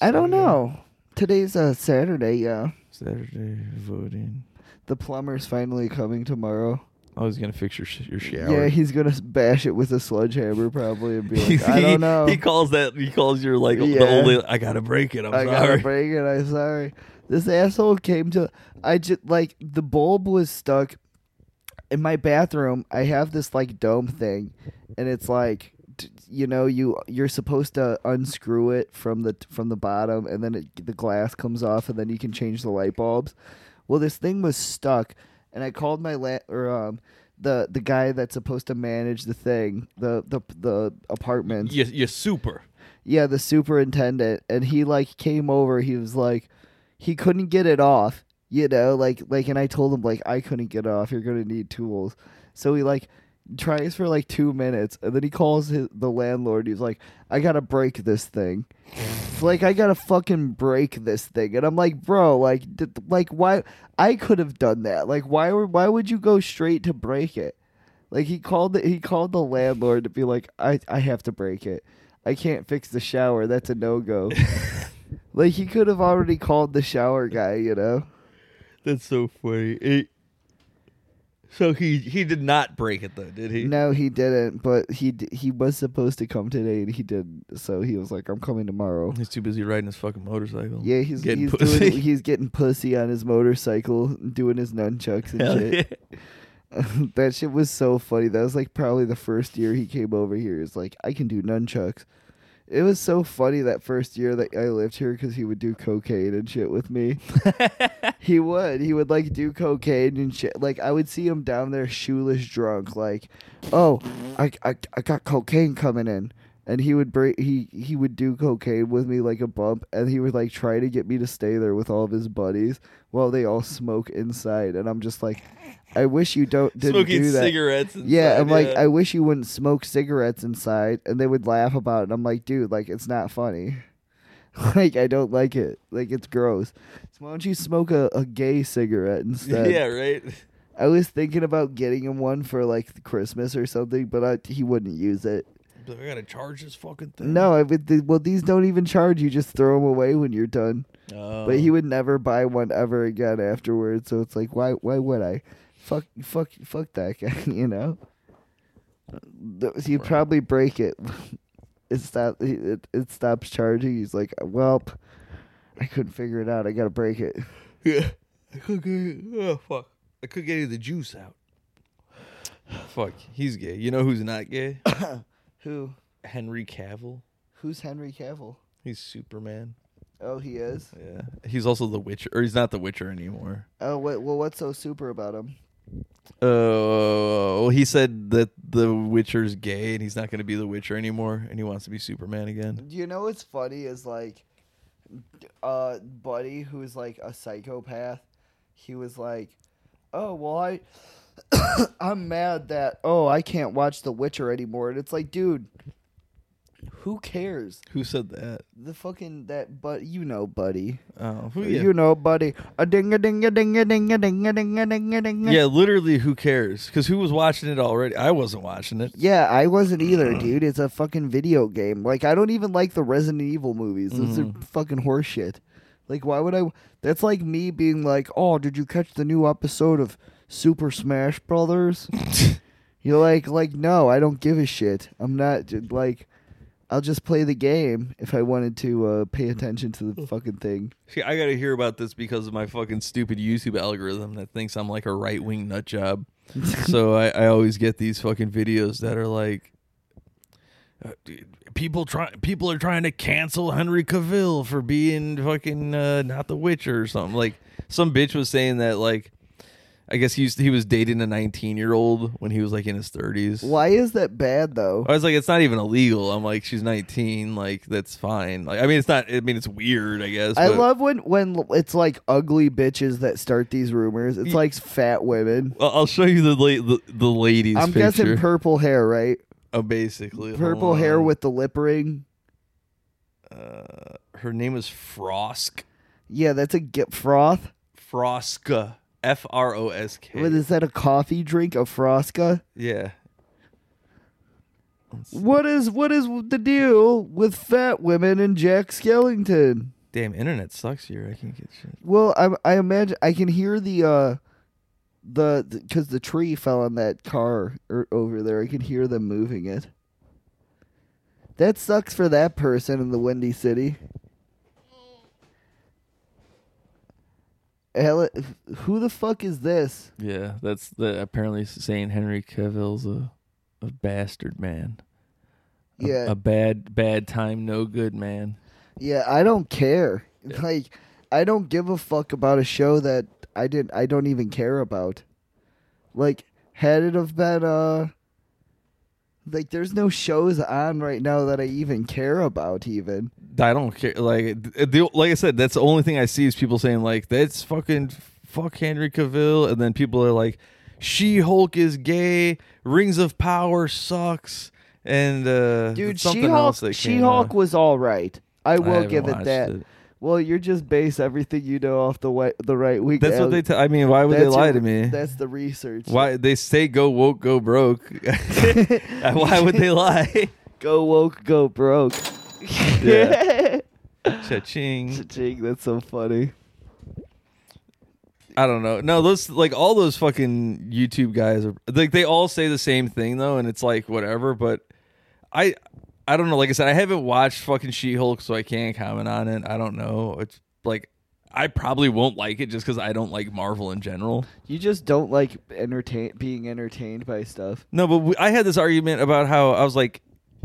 S2: I don't
S1: Saturday.
S2: know. Today's uh, Saturday. Yeah,
S1: Saturday voting.
S2: the plumber's finally coming tomorrow.
S1: I was gonna fix your sh- your shower.
S2: Yeah, he's gonna s- bash it with a sledgehammer probably and be
S1: He-
S2: like, I
S1: he-
S2: don't know.
S1: He calls that. He calls your like
S2: Yeah.
S1: the only. I gotta break it. I'm
S2: I gotta
S1: sorry.
S2: break it. I'm sorry. This asshole came to. I just like the bulb was stuck in my bathroom. I have this like dome thing, and it's like t- you know you you're supposed to unscrew it from the from the bottom, and then it, the glass comes off, and then you can change the light bulbs. Well, this thing was stuck, and I called my la- or um. The, the guy that's supposed to manage the thing, the the the apartment.
S1: You, you're super.
S2: Yeah, the superintendent, and he like came over. He was like, he couldn't get it off, you know, like like, and I told him like I couldn't get it off. You're gonna need tools. So he like tries for like two minutes, and then he calls his, the landlord. He's like, I gotta break this thing. It's like I gotta fucking break this thing, and I'm like, bro, like, d- like why? I could have done that. Like, why? were- Why would you go straight to break it? Like he called the, he called the landlord to be like, I, I have to break it. I can't fix the shower. That's a no go. like he could have already called the shower guy, you know.
S1: That's so funny. It- so he he did not break it though, did he?
S2: No, he didn't. But he d- he was supposed to come today, and he didn't. So he was like, I'm coming tomorrow.
S1: He's too busy riding his fucking motorcycle.
S2: Yeah, he's
S1: Getting
S2: he's
S1: pussy.
S2: doing he's getting pussy on his motorcycle, doing his nunchucks and
S1: Hell
S2: shit.
S1: yeah.
S2: that shit was so funny. That was like probably the first year he came over here. It's like I can do nunchucks. It was so funny that first year that I lived here because he would do cocaine and shit with me. he would. He would like do cocaine and shit. Like I would see him down there shoeless drunk. Like, oh, I I, I got cocaine coming in. and he would break he he would do cocaine with me like a bump and he would like try to get me to stay there with all of his buddies while they all smoke inside and i'm just like i wish you don't didn't
S1: Smoking
S2: do that
S1: cigarettes. Inside,
S2: yeah i'm like
S1: yeah.
S2: i wish you wouldn't smoke cigarettes inside and they would laugh about it and i'm like dude like it's not funny like i don't like it like it's gross so why don't you smoke a, a gay cigarette instead
S1: yeah, right.
S2: i was thinking about getting him one for like christmas or something but I, he wouldn't use it
S1: But I gotta charge this fucking thing.
S2: no, I would. Th- well, these don't even charge. You just throw them away when you're done.
S1: Oh.
S2: But he would never buy one ever again afterwards. So it's like, why? Why would I? Fuck, fuck, fuck that guy. You know. Th- He'd
S1: Right.
S2: probably break it. it stop. It, it stops charging. He's like, well, I couldn't figure it out. I gotta break it.
S1: Yeah. I could get oh fuck. I could get the juice out. Fuck, he's gay. You know who's not gay?
S2: Who?
S1: Henry Cavill.
S2: Who's Henry Cavill?
S1: He's Superman.
S2: Oh, he is.
S1: Yeah. He's also the Witcher or he's not the Witcher anymore.
S2: Oh, what? Well, what's so super about him?
S1: Oh, well, he said that the Witcher's gay and he's not going to be the Witcher anymore and he wants to be Superman again.
S2: Do you know what's funny is like, uh, Buddy, who's like a psychopath, he was like, "Oh well, I, I'm mad that oh I can't watch The Witcher anymore," and it's like, dude, who cares?
S1: Who said that?
S2: The fucking that, but you know, Buddy,
S1: Oh, who
S2: you know, Buddy, a ding a ding a ding a ding a ding a ding a ding a ding.
S1: Yeah, literally, who cares? Because who was watching it already? I wasn't watching it.
S2: Yeah, I wasn't
S1: Mm-hmm.
S2: either, dude. It's a fucking video game. Like, I don't even like the Resident Evil movies. Those
S1: Mm-hmm.
S2: are fucking horseshit. Like, why would I? That's like me being like, "Oh, did you catch the new episode of Super Smash Brothers?" You're like, like, no, I don't give a shit. I'm not j- like, I'll just play the game if I wanted to uh, pay attention to the fucking thing.
S1: See, I got to hear about this because of my fucking stupid YouTube algorithm that thinks I'm like a right wing nut job. so I, I always get these fucking videos that are like, uh, people try people are trying to cancel Henry Cavill for being fucking uh, not the Witcher or something. Like some bitch was saying that like. I guess he used he was dating a 19 year old when he was like in his 30s.
S2: Why is that bad though?
S1: I was like, it's not even illegal. I'm like, she's 19. Like, that's fine. Like, I mean, it's not. I mean, it's weird. I guess.
S2: I
S1: but-
S2: love when when l- it's like ugly bitches that start these rumors. It's
S1: Ye-
S2: like fat women.
S1: Well, I'll show you the la- the, the ladies.
S2: I'm
S1: picture.
S2: guessing purple hair, right?
S1: oh, basically Hold
S2: Purple hair
S1: on.
S2: with the lip ring.
S1: Uh, her name is Frosk.
S2: Yeah, that's a get froth.
S1: Froska. F R O S K.
S2: What is that? A coffee drink? A frosca?
S1: Yeah.
S2: What is what is the deal with fat women and Jack Skellington?
S1: Damn, internet sucks here. I can't get shit.
S2: Well, I I imagine I can hear the uh the because the tree fell on that car or over there. I can hear them moving it. That sucks for that person in the windy city. Ele- who the fuck is this?
S1: Yeah, that's the apparently saying Henry Cavill's a a bastard man. A-
S2: Yeah,
S1: a bad bad time, no good man.
S2: yeah. I don't care. Like, I don't give a fuck about a show that I didn't. I don't even care about. Like, had it have been uh, like there's no shows on right now that I even care about. Even
S1: I don't care. Like th- the, like I said, that's the only thing I see is people saying like that's fucking fuck Henry Cavill, and then people are like, She Hulk is gay, Rings of Power sucks, and uh,
S2: dude,
S1: something
S2: She Hulk.
S1: else that
S2: She
S1: came
S2: Hulk
S1: out.
S2: was all right. I will
S1: haven't
S2: give it
S1: watched
S2: that.
S1: it.
S2: Well, you're just base everything you know off the way, the right week.
S1: That's what they. T- I mean, why would they
S2: that's
S1: lie
S2: your-
S1: to me?
S2: That's the research.
S1: Why they say go woke, go broke? why would they lie?
S2: Go woke, go broke.
S1: Yeah. Cha-ching.
S2: Cha-ching, that's so funny.
S1: I don't know. No, those like all those fucking YouTube guys are like they all say the same thing though, and it's like whatever. But I, I don't know. Like I said, I haven't watched fucking She Hulk, so I can't comment on it. I don't know. It's like I probably won't like it just because I don't like Marvel in general.
S2: You just don't like entertain being entertained by stuff.
S1: No, but we, I had this argument about how I was like,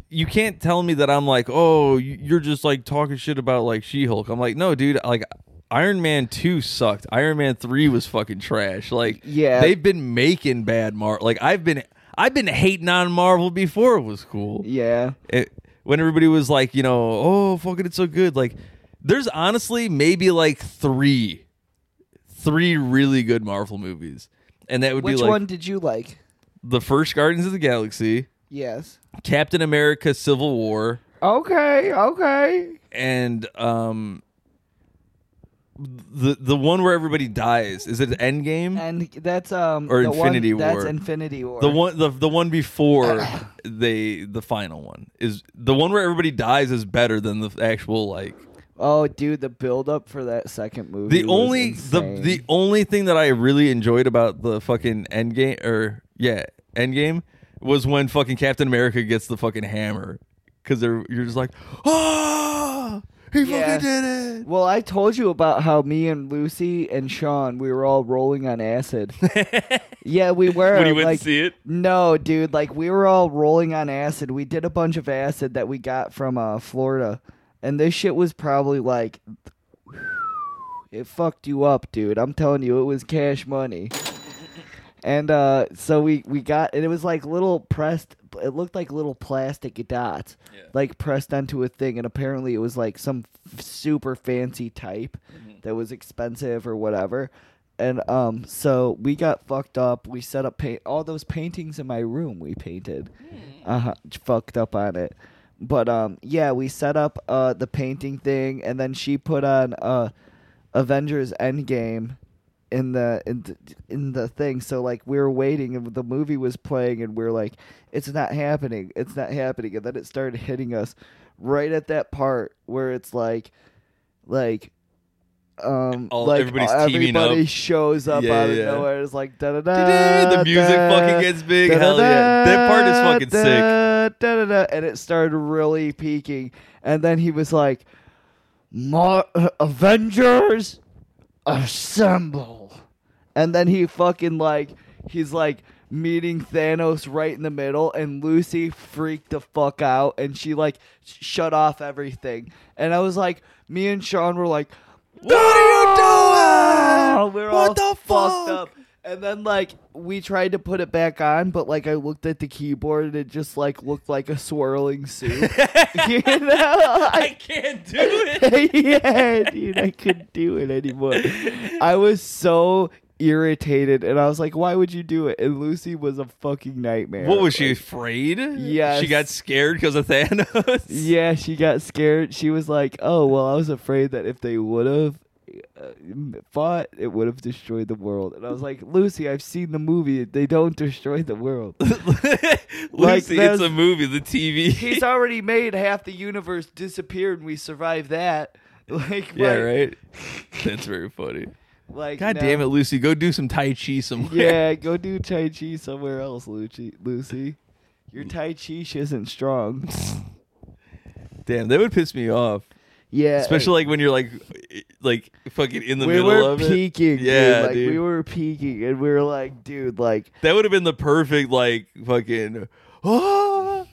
S1: you can't tell me that I'm like, oh, y- you're just like talking shit about like She Hulk. I'm like, no, dude, like. Iron Man 2 sucked. Iron Man 3 was fucking trash. Like
S2: Yeah.
S1: they've been making bad Marvel. Like I've been I've been hating on Marvel before it was cool.
S2: Yeah.
S1: It, when everybody was like, you know, oh fucking it's so good. Like, there's honestly maybe like three, three really good Marvel movies, and that would
S2: Which
S1: be like
S2: one did you like?
S1: the first Guardians of the Galaxy,
S2: Yes.
S1: Captain America: Civil War,
S2: Okay. Okay.
S1: and um. The the one where everybody dies is it Endgame?
S2: And that's um
S1: Or
S2: the one-
S1: Infinity War.
S2: That's Infinity War.
S1: The one the the one before they the final one is the one where everybody dies is better than the actual like
S2: Oh, dude, the build up for that second movie.
S1: the
S2: was
S1: only the
S2: insane.
S1: the only thing that I really enjoyed about the fucking Endgame or yeah Endgame was when fucking Captain America gets the fucking hammer because they're you're just like oh he
S2: Yeah.
S1: fucking did it
S2: Well, I told you about how me and Lucy and Sean we were all rolling on acid. yeah, we were.
S1: when you went
S2: like,
S1: to see it
S2: No, dude, like we were all rolling on acid. We did a bunch of acid that we got from uh, Florida, and this shit was probably like, it fucked you up, dude. I'm telling you, it was cash money. And uh, so we we got, and it was like little pressed. It looked like little plastic dots,
S1: Yeah.
S2: like pressed onto a thing. And apparently, it was like some f- super fancy type that was expensive or whatever. And um, so we got fucked up. We set up paint all those paintings in my room. We painted, uh-huh, fucked up on it. But um, yeah, we set up uh the painting thing, and then she put on uh Avengers Endgame in the in the, in the thing. So like we were waiting, and the movie was playing, and we are like, "It's not happening! It's not happening!" And then it started hitting us right at that part where it's like, like. Um,
S1: All-
S2: like
S1: everybody's teaming up.
S2: everybody shows up
S1: Yeah,
S2: out of
S1: yeah.
S2: nowhere. It's like da da da.
S1: the music fucking gets big hell yeah that part is fucking sick
S2: Da, da, da, and it started really peaking. And then he was like, Mar- Avengers, assemble. And then he fucking like, he's like meeting Thanos right in the middle. And Lucy freaked the fuck out. And she like sh- shut off everything. And I was like, me and Sean were like,
S1: What are
S2: Oh,
S1: you doing?
S2: we were
S1: what
S2: all
S1: the fuck?
S2: fucked up. And then like we tried to put it back on, but like I looked at the keyboard and it just like looked like a swirling soup. you know?
S1: I
S2: Like,
S1: can't do it.
S2: yeah, dude, I couldn't do it anymore. I was so irritated and I was like, why would you do it? And Lucy was a fucking nightmare.
S1: What was she
S2: Like,
S1: afraid?
S2: Yes.
S1: she got scared because of Thanos.
S2: Yeah, she got scared. She was like, "Oh, well, I was afraid that if they would have uh, fought, it would have destroyed the world." And I was like, "Lucy, I've seen the movie. They don't destroy the world.
S1: Lucy,
S2: Like,
S1: it's
S2: there's-
S1: a movie. The TV.
S2: He's already made half the universe disappear, and we survived that." Like,
S1: yeah,
S2: like-
S1: right. That's very funny.
S2: Like,
S1: God
S2: no.
S1: damn it, Lucy, go do some Tai Chi somewhere.
S2: Yeah, go do tai chi somewhere else, Lucy. Lucy, your tai chi isn't strong.
S1: Damn, that would piss me off.
S2: Yeah,
S1: Especially like when you're like, like fucking in the
S2: we
S1: middle
S2: were
S1: of it.
S2: peaking, dude.
S1: Yeah,
S2: Like
S1: dude.
S2: we were peaking, and we were like, dude, like
S1: That would have been the perfect like fucking. Oh,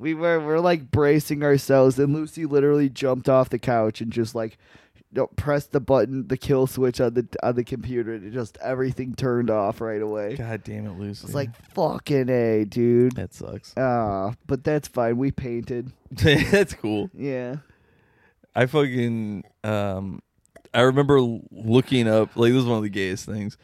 S2: We were we're like bracing ourselves, and Lucy literally jumped off the couch and just like you know, pressed the button, the kill switch on the on the computer, and it just everything turned off right away.
S1: God damn it, Lucy.
S2: It's like fucking a dude.
S1: that sucks.
S2: Ah, but that's fine. We painted.
S1: That's cool.
S2: Yeah.
S1: I fucking um I remember l- looking up like this is one of the gayest things.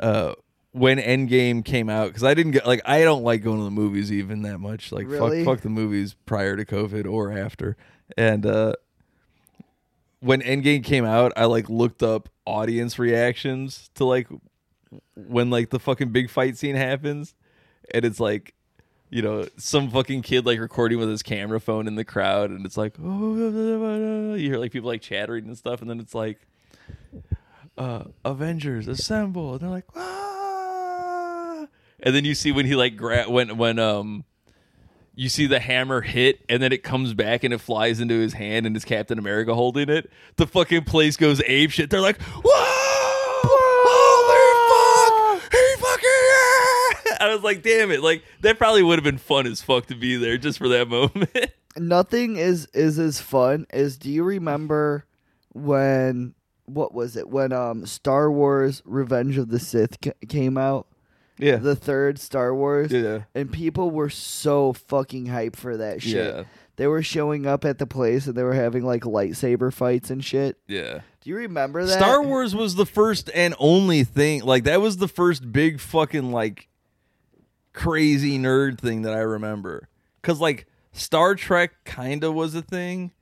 S1: Uh when Endgame came out cuz I didn't get like I don't like going to the movies even that much. Like
S2: Really?
S1: fuck fuck the movies prior to COVID or after. And uh when Endgame came out, I like looked up audience reactions to like when like the fucking big fight scene happens and it's like you know some fucking kid like recording with his camera phone in the crowd and it's like oh you hear like people like chattering and stuff and then it's like uh avengers assemble and they're like ah! and then you see when he like gra- when when um you see the hammer hit and then it comes back and it flies into his hand and it's Captain America holding it. The fucking place goes ape shit. They're like, whoa! Holy fuck! He fucking yeah! I was like, damn it. Like, that probably would have been fun as fuck to be there just for that moment.
S2: nothing is is as fun as do you remember when what was it when um Star Wars Revenge of the Sith c- came out
S1: Yeah.
S2: the third Star Wars,
S1: yeah.
S2: and people were so fucking hyped for that shit.
S1: Yeah.
S2: They were showing up at the place and they were having like lightsaber fights and shit.
S1: Yeah.
S2: Do you remember that?
S1: Star Wars was the first and only thing. Like that was the first big fucking like crazy nerd thing that I remember. Cuz like Star Trek kind of was a thing,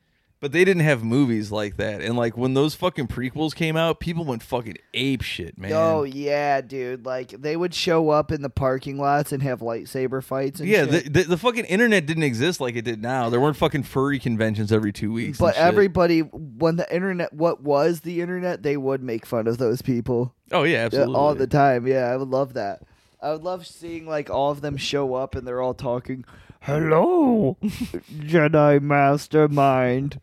S1: but they didn't have movies like that. And like when those fucking prequels came out, people went fucking ape shit, man.
S2: Oh yeah, dude. Like they would show up in the parking lots and have lightsaber fights and
S1: yeah,
S2: shit.
S1: the, the, the fucking internet didn't exist like it did now. There weren't fucking furry conventions every 2 weeks. and
S2: but
S1: shit.
S2: everybody, when the internet, what was the internet, they would make fun of those people
S1: Oh yeah,
S2: Yeah,
S1: absolutely.
S2: all the time. Yeah, I would love that. I would love seeing like all of them show up and they're all talking, "Hello, Jedi Mastermind."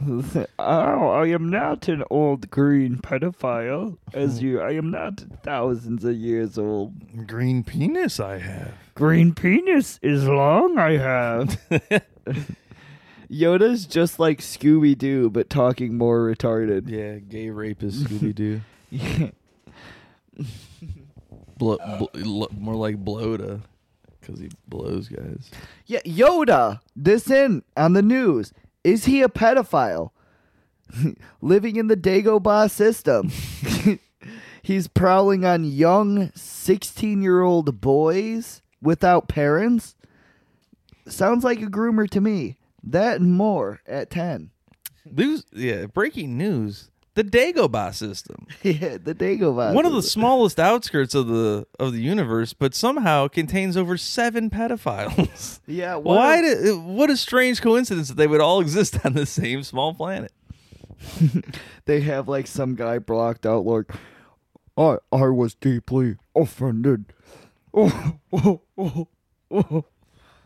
S2: oh, I am not an old green pedophile, as you. I am not thousands of years old.
S1: green penis I have.
S2: Green penis is long, I have. Yoda's just like Scooby Doo, but talking more retarded.
S1: Yeah, gay rapist Scooby Doo. Blow, bl- l- more like Bloda, because he blows guys.
S2: yeah, Yoda, this in on the news. Is he a pedophile? Living in the Dagobah system. He's prowling on young 16 year old boys without parents. Sounds like a groomer to me. That and more at 10.
S1: News, yeah. Breaking news: the Dagobah system,
S2: yeah, the Dagobah.
S1: one of the
S2: system.
S1: smallest outskirts of the of the universe, but somehow contains over seven pedophiles.
S2: Yeah, one
S1: Why?
S2: of-
S1: Did, what a strange coincidence that they would all exist on the same small planet.
S2: they have like some guy blocked out like I I was deeply offended. Oh, oh, oh, oh.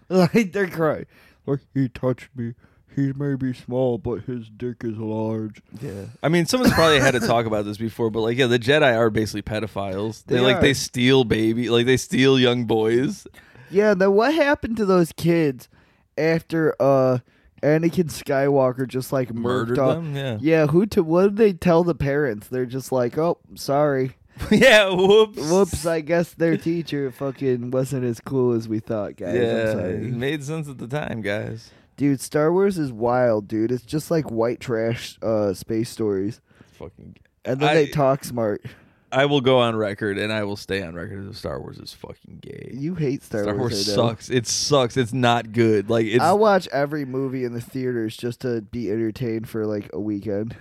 S2: Like they cry. Like he touched me. He may be small, but his dick is large.
S1: Yeah, I mean, someone's probably had to talk about this before, but like, yeah, the Jedi are basically pedophiles. They,
S2: They
S1: like
S2: are.
S1: they steal baby, like they steal young boys.
S2: Yeah, then what happened to those kids after uh Anakin Skywalker just like
S1: Murdered
S2: murked off-
S1: them. Yeah.
S2: Yeah, who to what did they tell the parents? They're just like, Oh, sorry.
S1: yeah. Whoops.
S2: Whoops, I guess their teacher fucking wasn't as cool as we thought, guys.
S1: Yeah,
S2: I'm
S1: it
S2: sorry.
S1: made sense at the time, guys.
S2: Dude, Star Wars is wild, dude. It's just like white trash uh, space stories.
S1: Fucking.
S2: And then they
S1: I-
S2: talk smart.
S1: I will go on record, and I will stay on record. That Star Wars is fucking gay.
S2: You hate Star,
S1: Star Wars
S2: I know.
S1: sucks. It sucks. It's not good. Like it's.
S2: I watch every movie in the theaters just to be entertained for like a weekend.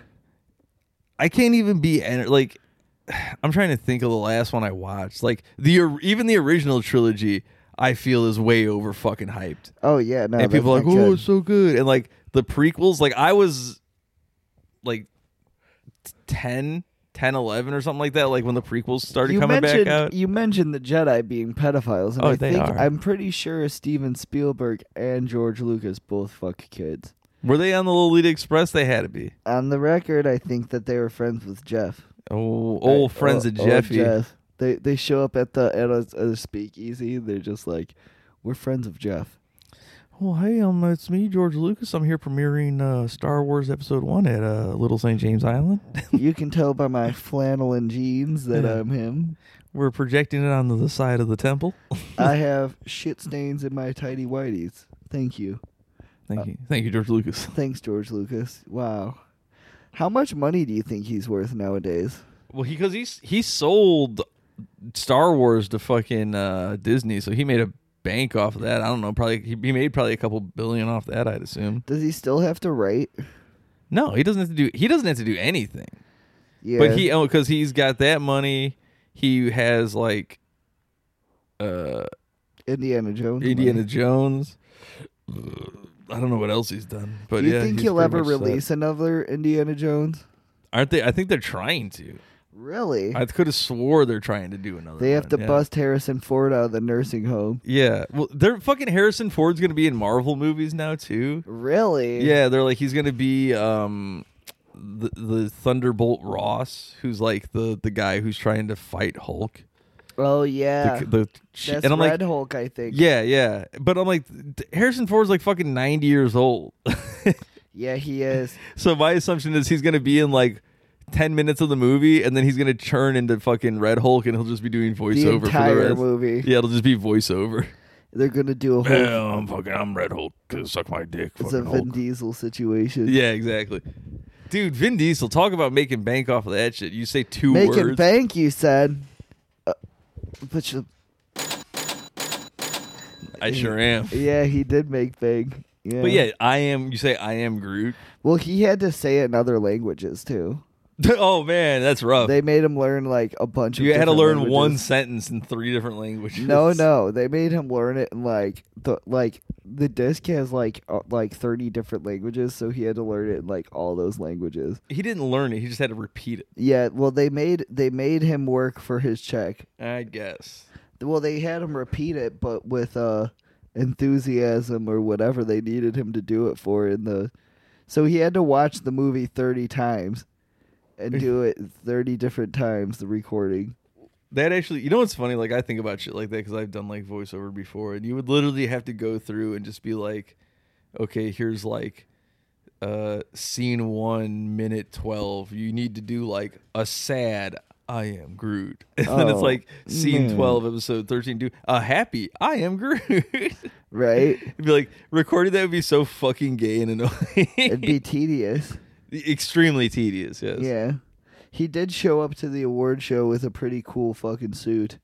S1: I can't even be enter- like. I'm trying to think of the last one I watched. Like the or- even the original trilogy, I feel is way over fucking hyped,
S2: Oh yeah, no.
S1: and people are
S2: that's
S1: like,
S2: not
S1: "Oh,
S2: good.
S1: it's so good," and like the prequels. Like I was, like, t- 10, 10, 11 or something like that. Like when the prequels started
S2: you
S1: coming
S2: mentioned
S1: back out.
S2: you mentioned the Jedi being pedophiles, and
S1: Oh,
S2: I
S1: they
S2: think
S1: are.
S2: I'm pretty sure Steven Spielberg and George Lucas both fuck kids.
S1: Were they on the Lolita Express? They had to be.
S2: On the record, I think that they were friends with Jeff.
S1: Oh, old
S2: Right,
S1: friends
S2: oh,
S1: of
S2: old
S1: Jeffy.
S2: Jeff. They they show up at the at a, at a speakeasy. They're just like, we're friends of Jeff.
S1: Oh, hey, um, it's me, George Lucas. I'm here premiering uh, Star Wars Episode One at uh, Little St. James Island.
S2: you can tell by my flannel and jeans that
S1: Yeah.
S2: I'm him.
S1: We're projecting it onto the side of the temple.
S2: I have shit stains in my tidy whities. Thank you.
S1: Thank you, thank you, George Lucas.
S2: Thanks, George Lucas. Wow. How much money do you think he's worth nowadays?
S1: Well, he because he's he sold Star Wars to fucking uh, Disney, so he made a bank off of that. I don't know, probably he, he made probably a couple billion off that. I'd assume.
S2: Does he still have to write?
S1: No, he doesn't have to do he doesn't have to do anything.
S2: Yeah.
S1: But he oh, because he's got that money. He has like uh
S2: Indiana Jones. money.
S1: Indiana Jones. I don't know what else he's done, but
S2: do you
S1: yeah,
S2: think
S1: he's
S2: he'll
S1: pretty
S2: ever
S1: much set.
S2: release another Indiana Jones?
S1: Aren't they? I think they're trying to.
S2: Really?
S1: I could have swore they're trying to do another.
S2: they have
S1: one,
S2: to
S1: yeah.
S2: bust Harrison Ford out of the nursing home.
S1: Yeah, well, they're fucking Harrison Ford's gonna be in Marvel movies now too.
S2: Really?
S1: Yeah, they're like he's gonna be um the the Thunderbolt Ross, who's like the the guy who's trying to fight Hulk.
S2: Oh yeah.
S1: The, the
S2: That's
S1: and I'm like,
S2: Red Hulk, I think.
S1: Yeah, yeah. But I'm like, th- Harrison Ford's like fucking 90 years old.
S2: Yeah, he is.
S1: so my assumption is he's going to be in like ten minutes of the movie, and then he's gonna turn into fucking Red Hulk, and he'll just be doing
S2: the
S1: voiceover for the
S2: entire
S1: rest.
S2: movie.
S1: Yeah, it'll just be voiceover.
S2: They're gonna do a whole.
S1: I'm fucking, I'm Red Hulk. Suck my dick,
S2: it's a Vin Diesel situation.
S1: Yeah, exactly. Dude, Vin Diesel, talk about making bank off of that shit. You say two
S2: Make it
S1: words.
S2: bank, you said. Uh, but you,
S1: I sure am.
S2: yeah, he did make bank. Yeah.
S1: But yeah, I am. You say I am Groot.
S2: Well, he had to say it in other languages too.
S1: oh man, that's rough.
S2: They made him learn like a bunch of.
S1: you had to
S2: different
S1: learn
S2: languages.
S1: one sentence in three different languages.
S2: No, no, they made him learn it in like the like the disc has like uh, like thirty different languages, so he had to learn it in like all those languages.
S1: He didn't learn it. He just had to repeat it.
S2: Yeah, well, they made they made him work for his check.
S1: I guess.
S2: Well, they had him repeat it, but with uh enthusiasm or whatever they needed him to do it for in the. So he had to watch the movie thirty times, and do it thirty different times. The recording.
S1: That actually, you know what's funny? Like I think about shit like that because I've done like voiceover before, and you would literally have to go through and just be like, okay, here's like uh scene one, minute twelve. You need to do like a sad. I am Groot. And then
S2: Oh,
S1: it's like scene
S2: man.
S1: 12, episode 13. Do a happy, I am Groot. It'd
S2: Right,
S1: be like, recording that would be so fucking gay and annoying.
S2: it'd be tedious.
S1: extremely tedious, yes.
S2: Yeah. He did show up to the award show with a pretty cool fucking suit.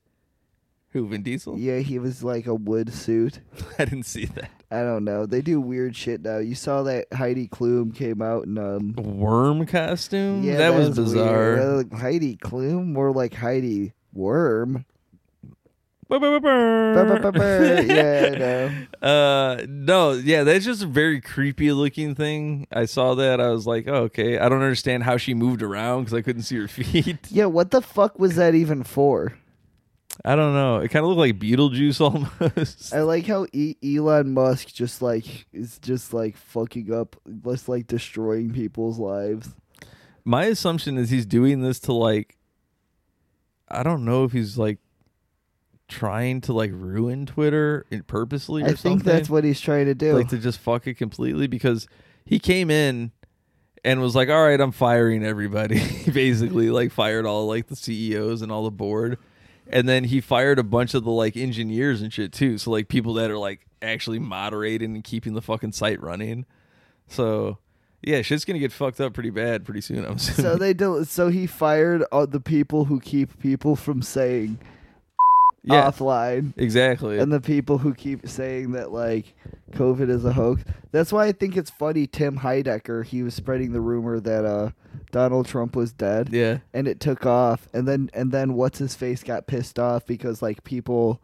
S1: Who, Vin Diesel?
S2: Yeah, he was like a wood suit.
S1: I didn't see that.
S2: I don't know. They do weird shit now. You saw that Heidi Klum came out and um
S1: Worm costume?
S2: yeah,
S1: Mm, that, was,
S2: weird.
S1: bizarre.
S2: Uh, like, Heidi Klum, more like Heidi Worm. Ba-ba-ba-ba. yeah, I know.
S1: Uh, no, yeah, that's just a very creepy looking thing. I saw that. I was like, oh, okay, I don't understand how she moved around because I couldn't see her feet.
S2: Yeah, what the fuck was that even for?
S1: I don't know. It kind of looked like Beetlejuice almost.
S2: I like how e- Elon Musk just like is just like fucking up, just like destroying people's lives.
S1: My assumption is he's doing this to like, I don't know if he's like trying to like ruin Twitter in- purposely. Or
S2: I think
S1: something.
S2: that's what he's trying to do.
S1: like to just fuck it completely because he came in and was like, "All right, I'm firing everybody." Basically, like fired all like the CEOs and all the board, and then he fired a bunch of the like engineers and shit too. So like people that are like actually moderating and keeping the fucking site running. So yeah, shit's gonna get fucked up pretty bad pretty soon. I'm assuming.
S2: so they del- so he fired all the people who keep people from saying
S1: yeah,
S2: offline
S1: exactly.
S2: and the people who keep saying that like covid is a hoax that's why i think it's funny tim heidecker he was spreading the rumor that uh donald trump was dead
S1: yeah,
S2: and it took off and then and then what's his face got pissed off because like people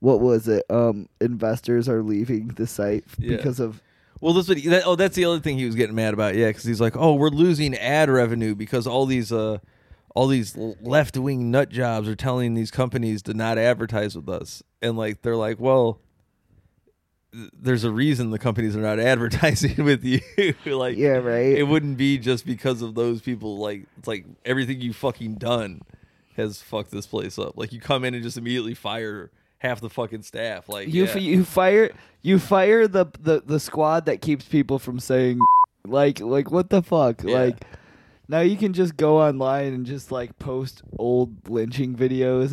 S2: what was it um investors are leaving the site
S1: Yeah.
S2: because of
S1: Well, that's what. He, that, oh, that's the other thing he was getting mad about. Yeah, because he's like, oh, we're losing ad revenue because all these, uh, all these left wing nut jobs are telling these companies to not advertise with us, and like they're like, well, th- there's a reason the companies are not advertising with you. like,
S2: yeah right
S1: it wouldn't be just because of those people. Like, it's like everything you fucking done has fucked this place up. Like, you come in and just immediately fire half the fucking staff. Like,
S2: You
S1: yeah.
S2: f- you fire you fire the, the the squad that keeps people from saying like like what the fuck
S1: Yeah.
S2: like now you can just go online and just like post old lynching videos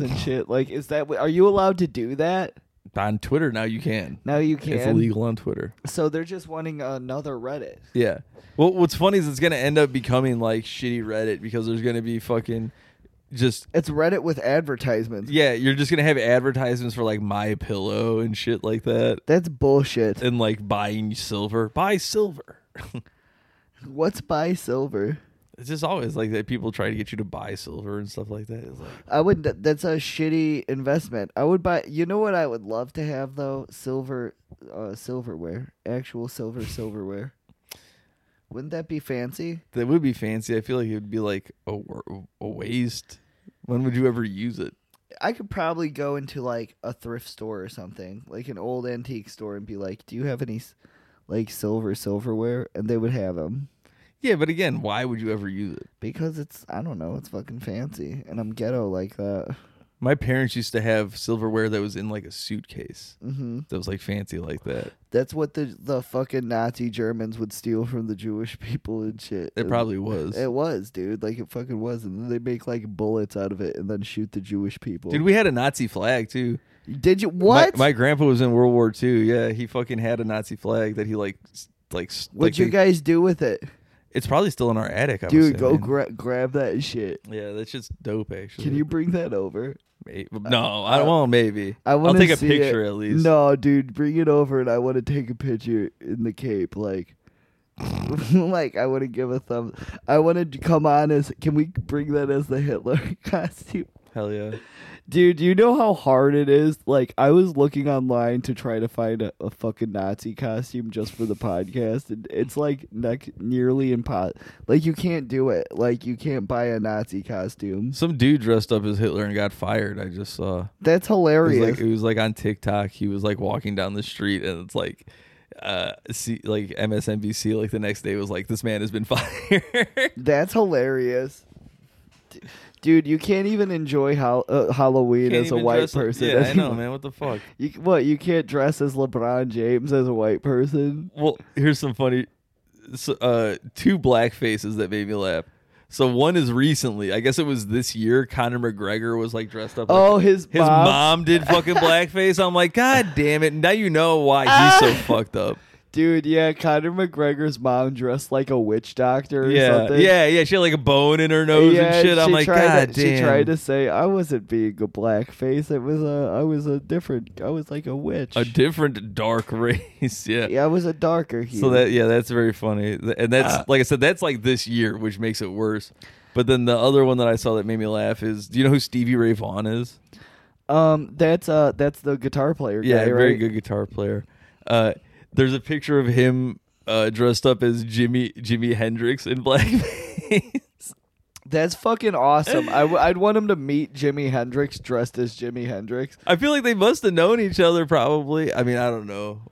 S2: and shit like is that are you allowed to do that
S1: on Twitter now you can.
S2: now you
S1: It's
S2: can
S1: illegal on Twitter.
S2: so they're just wanting another Reddit
S1: Yeah. Well, what's funny is it's gonna end up becoming like shitty Reddit because there's gonna be fucking just
S2: it's Reddit with advertisements
S1: yeah. You're just gonna have advertisements for like My Pillow and shit like that,
S2: that's bullshit
S1: and like buying silver. Buy silver.
S2: what's buy silver
S1: it's just always like that. People try to get you to buy silver and stuff like that. It's like
S2: I would. That's a shitty investment. I would buy. You know what I would love to have though? Silver, uh, silverware, actual silver silverware. Wouldn't that be fancy?
S1: that would be fancy. I feel like it would be like a, wor- a waste. When would you ever use it?
S2: I could probably go into like a thrift store or something, like an old antique store, and be like, "Do you have any, s- like silver silverware?" And they would have them
S1: Yeah, but again, why would you ever use it?
S2: because it's I don't know, it's fucking fancy, and I'm ghetto like that.
S1: My parents used to have silverware that was in like a suitcase
S2: hmm
S1: that was like fancy like that.
S2: That's what the the fucking Nazi Germans would steal from the Jewish people and shit.
S1: It
S2: And
S1: probably was.
S2: It was, dude. Like it fucking was, and then they make like bullets out of it, and then shoot the Jewish people.
S1: Dude, we had a Nazi flag too.
S2: Did you what?
S1: My, my grandpa was in World War II. Yeah, he fucking had a Nazi flag that he like s- like s-
S2: What'd
S1: like
S2: you
S1: they-
S2: guys do with it,
S1: It's probably still in our attic. I would
S2: dude?
S1: say,
S2: Go
S1: man.
S2: gra- grab that shit.
S1: Yeah, that's just dope. Actually,
S2: Can you bring that over?
S1: May- No, I don't. Well, maybe.
S2: I
S1: I'll
S2: want to
S1: take a picture at least.
S2: No, dude, bring it over, and I want to take a picture in the cape, like. like I want to give a thumb. I want to come on as. Can we bring that as the Hitler costume?
S1: Hell yeah.
S2: Dude, you know how hard it is? Like, I was looking online to try to find a, a fucking Nazi costume just for the podcast, and it's like neck nearly impossible. Like, you can't do it. Like, you can't buy a Nazi costume.
S1: Some dude dressed up as Hitler and got fired. I just saw.
S2: That's
S1: It was
S2: hilarious.
S1: like it was like on TikTok. He was like walking down the street, and it's like, uh, see, like MSNBC. Like the next day was like, this man has been fired.
S2: That's hilarious. D- Dude, you can't even enjoy hal- uh, Halloween
S1: Can't
S2: as a
S1: even
S2: white
S1: dress up-
S2: person.
S1: Yeah, I know,
S2: anymore.
S1: man. What the fuck?
S2: You, what, you can't dress as LeBron James as a white person?
S1: Well, here's some funny. So, uh, two black faces that made me laugh. So one is recently. I guess it was this year. Conor McGregor was like dressed up. like-
S2: Oh, his,
S1: his mom, did fucking blackface. I'm like, God damn it! Now you know why he's so fucked up.
S2: Dude, yeah, Conor McGregor's mom dressed like a witch doctor or
S1: Yeah,
S2: something.
S1: yeah, yeah. She had like a bone in her nose
S2: Yeah,
S1: and shit. I'm
S2: she
S1: like,
S2: tried
S1: God
S2: to,
S1: damn.
S2: She tried to say I wasn't being a blackface. It was a I was a different. I was like a witch.
S1: a different dark race. Yeah.
S2: yeah, I was a darker hue.
S1: So that yeah, that's very funny, Th- and
S2: Ah.
S1: that's like I said, that's like this year, which makes it worse. But then the other one that I saw that made me laugh is, do you know who Stevie Ray Vaughan is?
S2: um, that's uh, that's the guitar player.
S1: Yeah,
S2: guy,
S1: very
S2: right?
S1: good guitar player. Uh, there's a picture of him uh, dressed up as Jimmy Jimi Hendrix in blackface.
S2: That's fucking awesome. I w- I'd want him to meet Jimi Hendrix dressed as Jimi Hendrix.
S1: I feel like they must have known each other, probably. I mean, I don't know.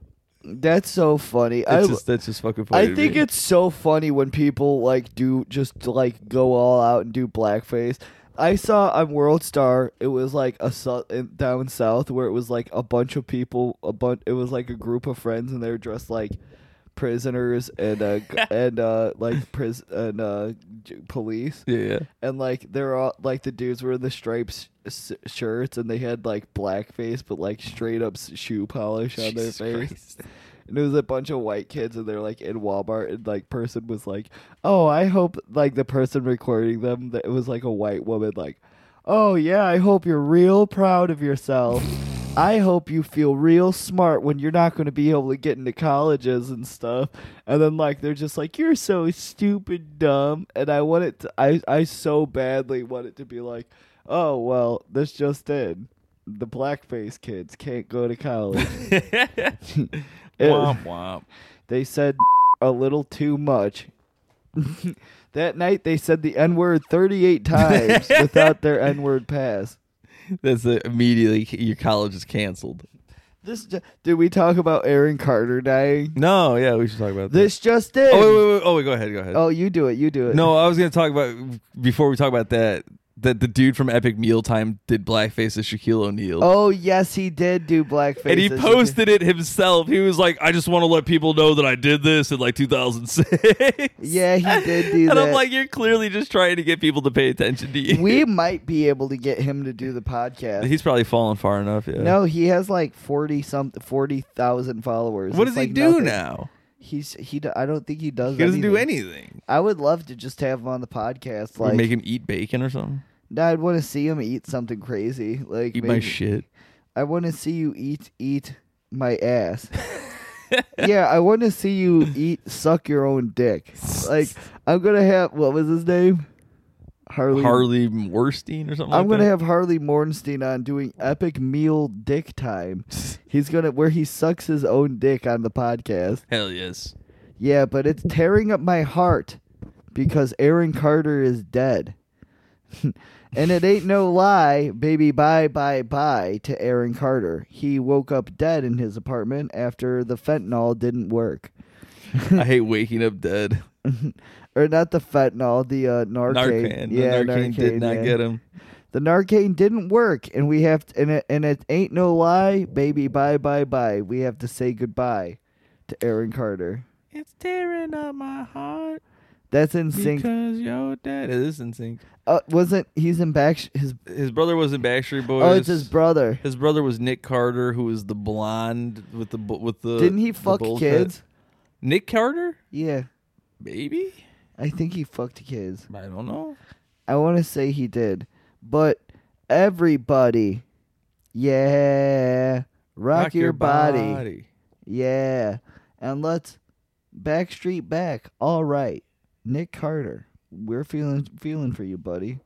S2: That's so funny.
S1: It's
S2: I,
S1: just that's just fucking funny.
S2: I
S1: to
S2: think
S1: me.
S2: it's so funny when people like do just like go all out and do blackface. I saw on World Star, it was like a su- in- down south where it was like a bunch of people, a bunch. It was like a group of friends, and they were dressed like prisoners and uh g- and uh like pris and uh j- police
S1: yeah, yeah.
S2: and like they're all like the dudes were in the stripes s- shirts and they had like blackface but like straight up s- shoe polish on
S1: Jesus
S2: their face
S1: Christ.
S2: and it was a bunch of white kids and they're like in Walmart and like person was like, "Oh, I hope like the person recording them that it was like a white woman like, "Oh yeah, I hope you're real proud of yourself. I hope you feel real smart when you're not going to be able to get into colleges and stuff." And then like they're just like, "You're so stupid dumb." And I want it to, I I so badly want it to be like, "Oh, well, this just in. The blackface kids can't go to college." It-
S1: Womp womp.
S2: they said a little too much. that night they said the N word 38 times without their N word pass.
S1: That's the, immediately your college is canceled.
S2: This ju- did we talk about Aaron Carter dying?
S1: No, yeah, we should talk about
S2: This just did.
S1: That. Oh wait, wait, wait. Oh wait, go ahead, go ahead.
S2: Oh, you do it. You do it.
S1: No, I was gonna talk about before we talk about that. That the dude from Epic Mealtime did blackface as Shaquille O'Neal.
S2: Oh yes, he did do blackface.
S1: and he
S2: as
S1: posted it himself. He was like, "I just want to let people know that I did this in like 2006."
S2: Yeah, he did do
S1: and I'm
S2: that.
S1: like, "You're clearly just trying to get people to pay attention to you."
S2: we might be able to get him to do the podcast.
S1: He's probably fallen far enough. Yeah.
S2: no, he has like forty something, forty thousand followers.
S1: What
S2: It's
S1: does he
S2: like
S1: do
S2: nothing.
S1: now?
S2: He's he. d- I don't think he does.
S1: He doesn't do
S2: anything.
S1: anything.
S2: I would love to just have him on the podcast.
S1: Like,
S2: Like,
S1: make him eat bacon or something.
S2: I'd want to see him eat something crazy. Like,
S1: Eat my
S2: maybe-
S1: shit.
S2: I want to see you eat eat my ass. yeah, I want to see you eat suck your own dick. Like, I'm gonna have what was his name? Harley.
S1: Harley Morstein or something.
S2: I'm
S1: like
S2: gonna
S1: that?
S2: have Harley Mornstein on doing epic meal dick time. He's gonna where he sucks his own dick on the podcast.
S1: Hell yes.
S2: Yeah, but it's tearing up my heart because Aaron Carter is dead. and it ain't no lie, baby bye bye bye to Aaron Carter. He woke up dead in his apartment after the fentanyl didn't work.
S1: I hate waking up dead.
S2: Or not the fentanyl, the uh,
S1: Narcan.
S2: Narcan.
S1: The Narcan did not
S2: yeah.
S1: get him.
S2: The Narcan didn't work, and we have to, and it, and it ain't no lie, baby. Bye bye bye. We have to say goodbye to Aaron Carter.
S1: It's tearing up my heart
S2: That's in sync.
S1: because you're dead. It is in sync.
S2: Uh, wasn't he's in back? His
S1: His brother was in Backstreet Boys.
S2: oh, it's his brother.
S1: His brother was Nick Carter, who was the blonde with the bu- with the.
S2: Didn't he
S1: the
S2: fuck
S1: bowl cut.
S2: kids?
S1: Nick Carter,
S2: Yeah,
S1: maybe.
S2: I think he fucked kids.
S1: I don't know.
S2: I want to say he did, but everybody, yeah, rock, your, body. Yeah. And let's backstreet back. All right. Nick Carter, we're feeling feeling for you, buddy.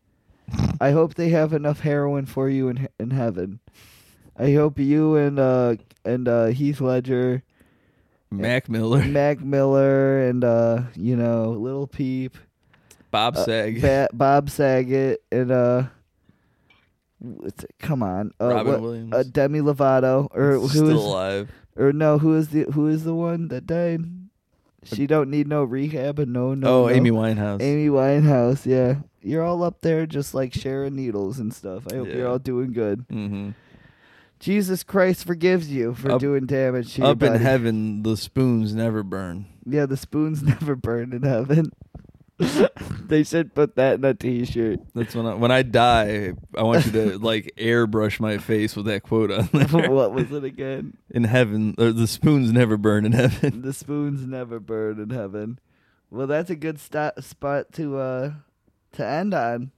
S2: I hope they have enough heroin for you in he- in heaven. I hope you and uh and uh Heath Ledger,
S1: Mac Miller,
S2: Mac Miller and uh you know, Little Peep,
S1: Bob
S2: uh,
S1: Sag,
S2: Ba- Bob Saget and uh what's it- come on. Uh,
S1: Robin
S2: what-
S1: Williams,
S2: uh Demi Lovato or who is
S1: still alive.
S2: Or no, who is the who is the one that died? She don't need no rehab and no no.
S1: oh,
S2: no.
S1: Amy Winehouse.
S2: Amy Winehouse, yeah. You're all up there just like sharing needles and stuff. I hope
S1: Yeah.
S2: you're all doing good.
S1: hmm
S2: Jesus Christ forgives you for
S1: Up-
S2: doing damage to your
S1: Up in
S2: body.
S1: heaven, the spoons never burn.
S2: Yeah, the spoons never burn in heaven. they should put that in a t-shirt.
S1: That's when I, when I die, I want you to like airbrush my face with that quote on there.
S2: what was it again?
S1: In heaven, or the spoons never burn in heaven.
S2: The spoons never burn in heaven. Well, that's a good sta- spot to uh to end on.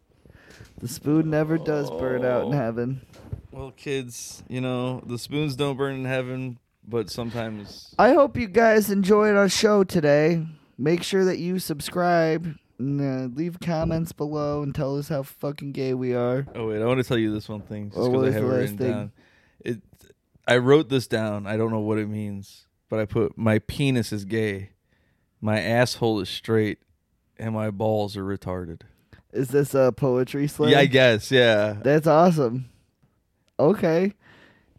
S2: The spoon never does burn out in
S1: Oh.
S2: heaven.
S1: Well, kids, you know the spoons don't burn in heaven, but sometimes
S2: I hope you guys enjoyed our show today. Make sure that you subscribe and uh, leave comments below and tell us how fucking gay we are.
S1: Oh wait, I want to tell you this one thing just
S2: Oh,
S1: 'cause
S2: what
S1: I
S2: is the
S1: have it
S2: last
S1: written
S2: thing?
S1: down. It, I wrote this down. I don't know what it means, but I put my penis is gay, my asshole is straight, and my balls are retarded.
S2: Is this a poetry slam?
S1: yeah, I guess. Yeah,
S2: That's awesome. Okay.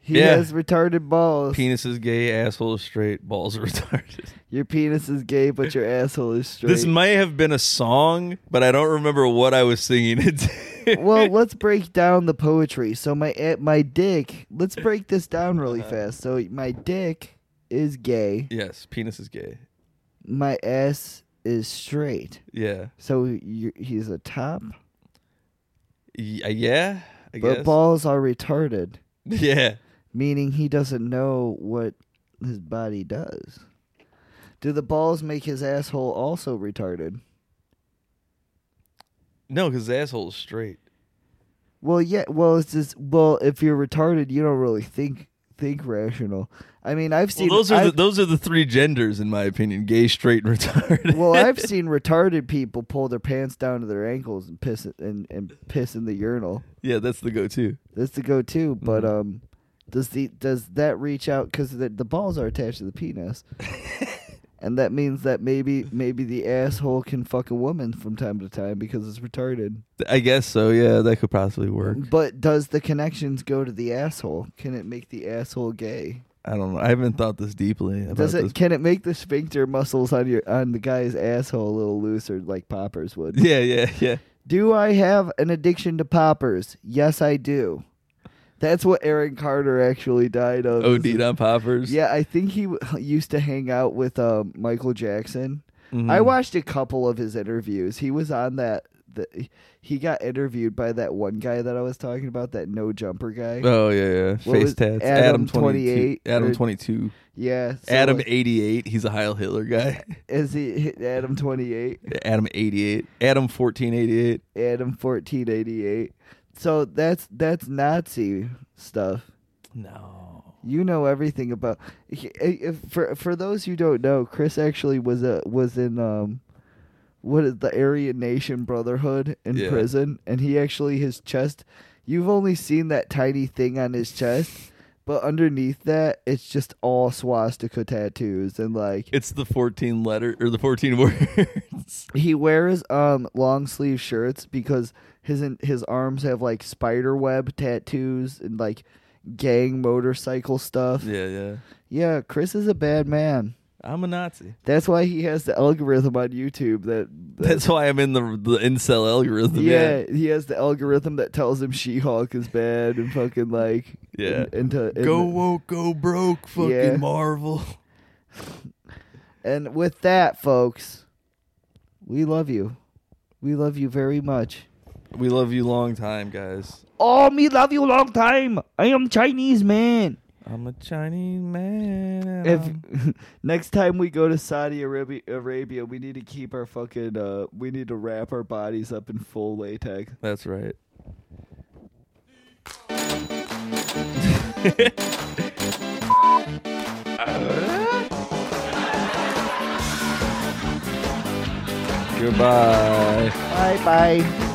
S2: He
S1: Yeah.
S2: has retarded balls.
S1: penis is gay, asshole is straight, balls are retarded.
S2: your penis is gay, but your asshole is straight.
S1: This may have been a song, but I don't remember what I was singing it. to.
S2: well, let's break down the poetry. So my eh, my dick. Let's break this down
S1: Uh-huh.
S2: really fast. So my dick is gay.
S1: yes, penis is gay.
S2: My ass is straight.
S1: Yeah,
S2: So you he's a top,
S1: Y- uh, yeah. I
S2: but
S1: guess.
S2: balls are retarded,
S1: yeah.
S2: meaning he doesn't know what his body does. Do the balls make his asshole also retarded?
S1: No, because asshole is straight.
S2: Well, yeah. Well, it's just well, if you're retarded, you don't really think think rational. I mean, I've
S1: Well,
S2: seen
S1: those are
S2: I've-
S1: the, those are the three genders, in my opinion: gay, straight, and retarded.
S2: well, I've seen retarded people pull their pants down to their ankles and piss and, and piss in the urinal.
S1: yeah, that's the go-to.
S2: That's the go-to. But
S1: Mhm.
S2: um, does the does that reach out because the, the balls are attached to the penis, and that means that maybe maybe the asshole can fuck a woman from time to time because it's retarded.
S1: I guess so. Yeah, that could possibly work.
S2: But does the connections go to the asshole? Can it make the asshole gay?
S1: I don't know. I haven't thought this deeply. About
S2: Mm-hmm. Does
S1: This.
S2: it? Can it make the sphincter muscles on your on the guy's asshole a little looser, like poppers would?
S1: Yeah, yeah, yeah.
S2: Do I have an addiction to poppers? Yes, I do. That's what Aaron Carter actually died of.
S1: OD'd on poppers.
S2: Yeah, I think he w- used to hang out with uh, Michael Jackson.
S1: Mhm.
S2: I watched a couple of his interviews. He was on that. The, he got interviewed by that one guy that I was talking about, that no jumper guy.
S1: Oh yeah, yeah.
S2: What
S1: Face
S2: was-
S1: tats.
S2: Adam
S1: Adam
S2: 28
S1: Adam
S2: or-
S1: twenty two.
S2: yeah, so,
S1: Adam
S2: like,
S1: eighty eight. He's a Heil Hitler guy.
S2: is he Adam twenty eight?
S1: Adam eighty eight. Adam fourteen eighty eight.
S2: Adam fourteen eighty eight. So that's that's Nazi stuff.
S1: No.
S2: You know everything about. he- eh, if- For for those who don't know, Chris actually was a was in um, what is the Aryan Nation Brotherhood in
S1: Yeah.
S2: prison, and he actually his chest. You've only seen that tiny thing on his chest, but underneath that, it's just all swastika tattoos and like
S1: It's the fourteen letter or the fourteen words.
S2: he wears um long sleeve shirts because his his arms have like spider web tattoos and like gang motorcycle stuff.
S1: yeah, yeah.
S2: Yeah, Chris is a bad man.
S1: I'm a Nazi.
S2: That's why he has the algorithm on YouTube that. that
S1: That's why I'm in the the incel algorithm.
S2: yeah, he has the algorithm that tells him She-Hulk is bad and fucking like
S1: Yeah.
S2: in- into in-
S1: Go woke, go broke, fucking
S2: Yeah.
S1: Marvel.
S2: And with that, folks, we love you. We love you very much.
S1: We love you long time, guys.
S2: Oh, me love you long time. I am Chinese man.
S1: I'm a Chinese man. and
S2: If
S1: I'm-
S2: next time we go to Saudi Arabia, Arabia, we need to keep our fucking uh, we need to wrap our bodies up in full latex.
S1: That's right. Goodbye.
S2: Bye bye.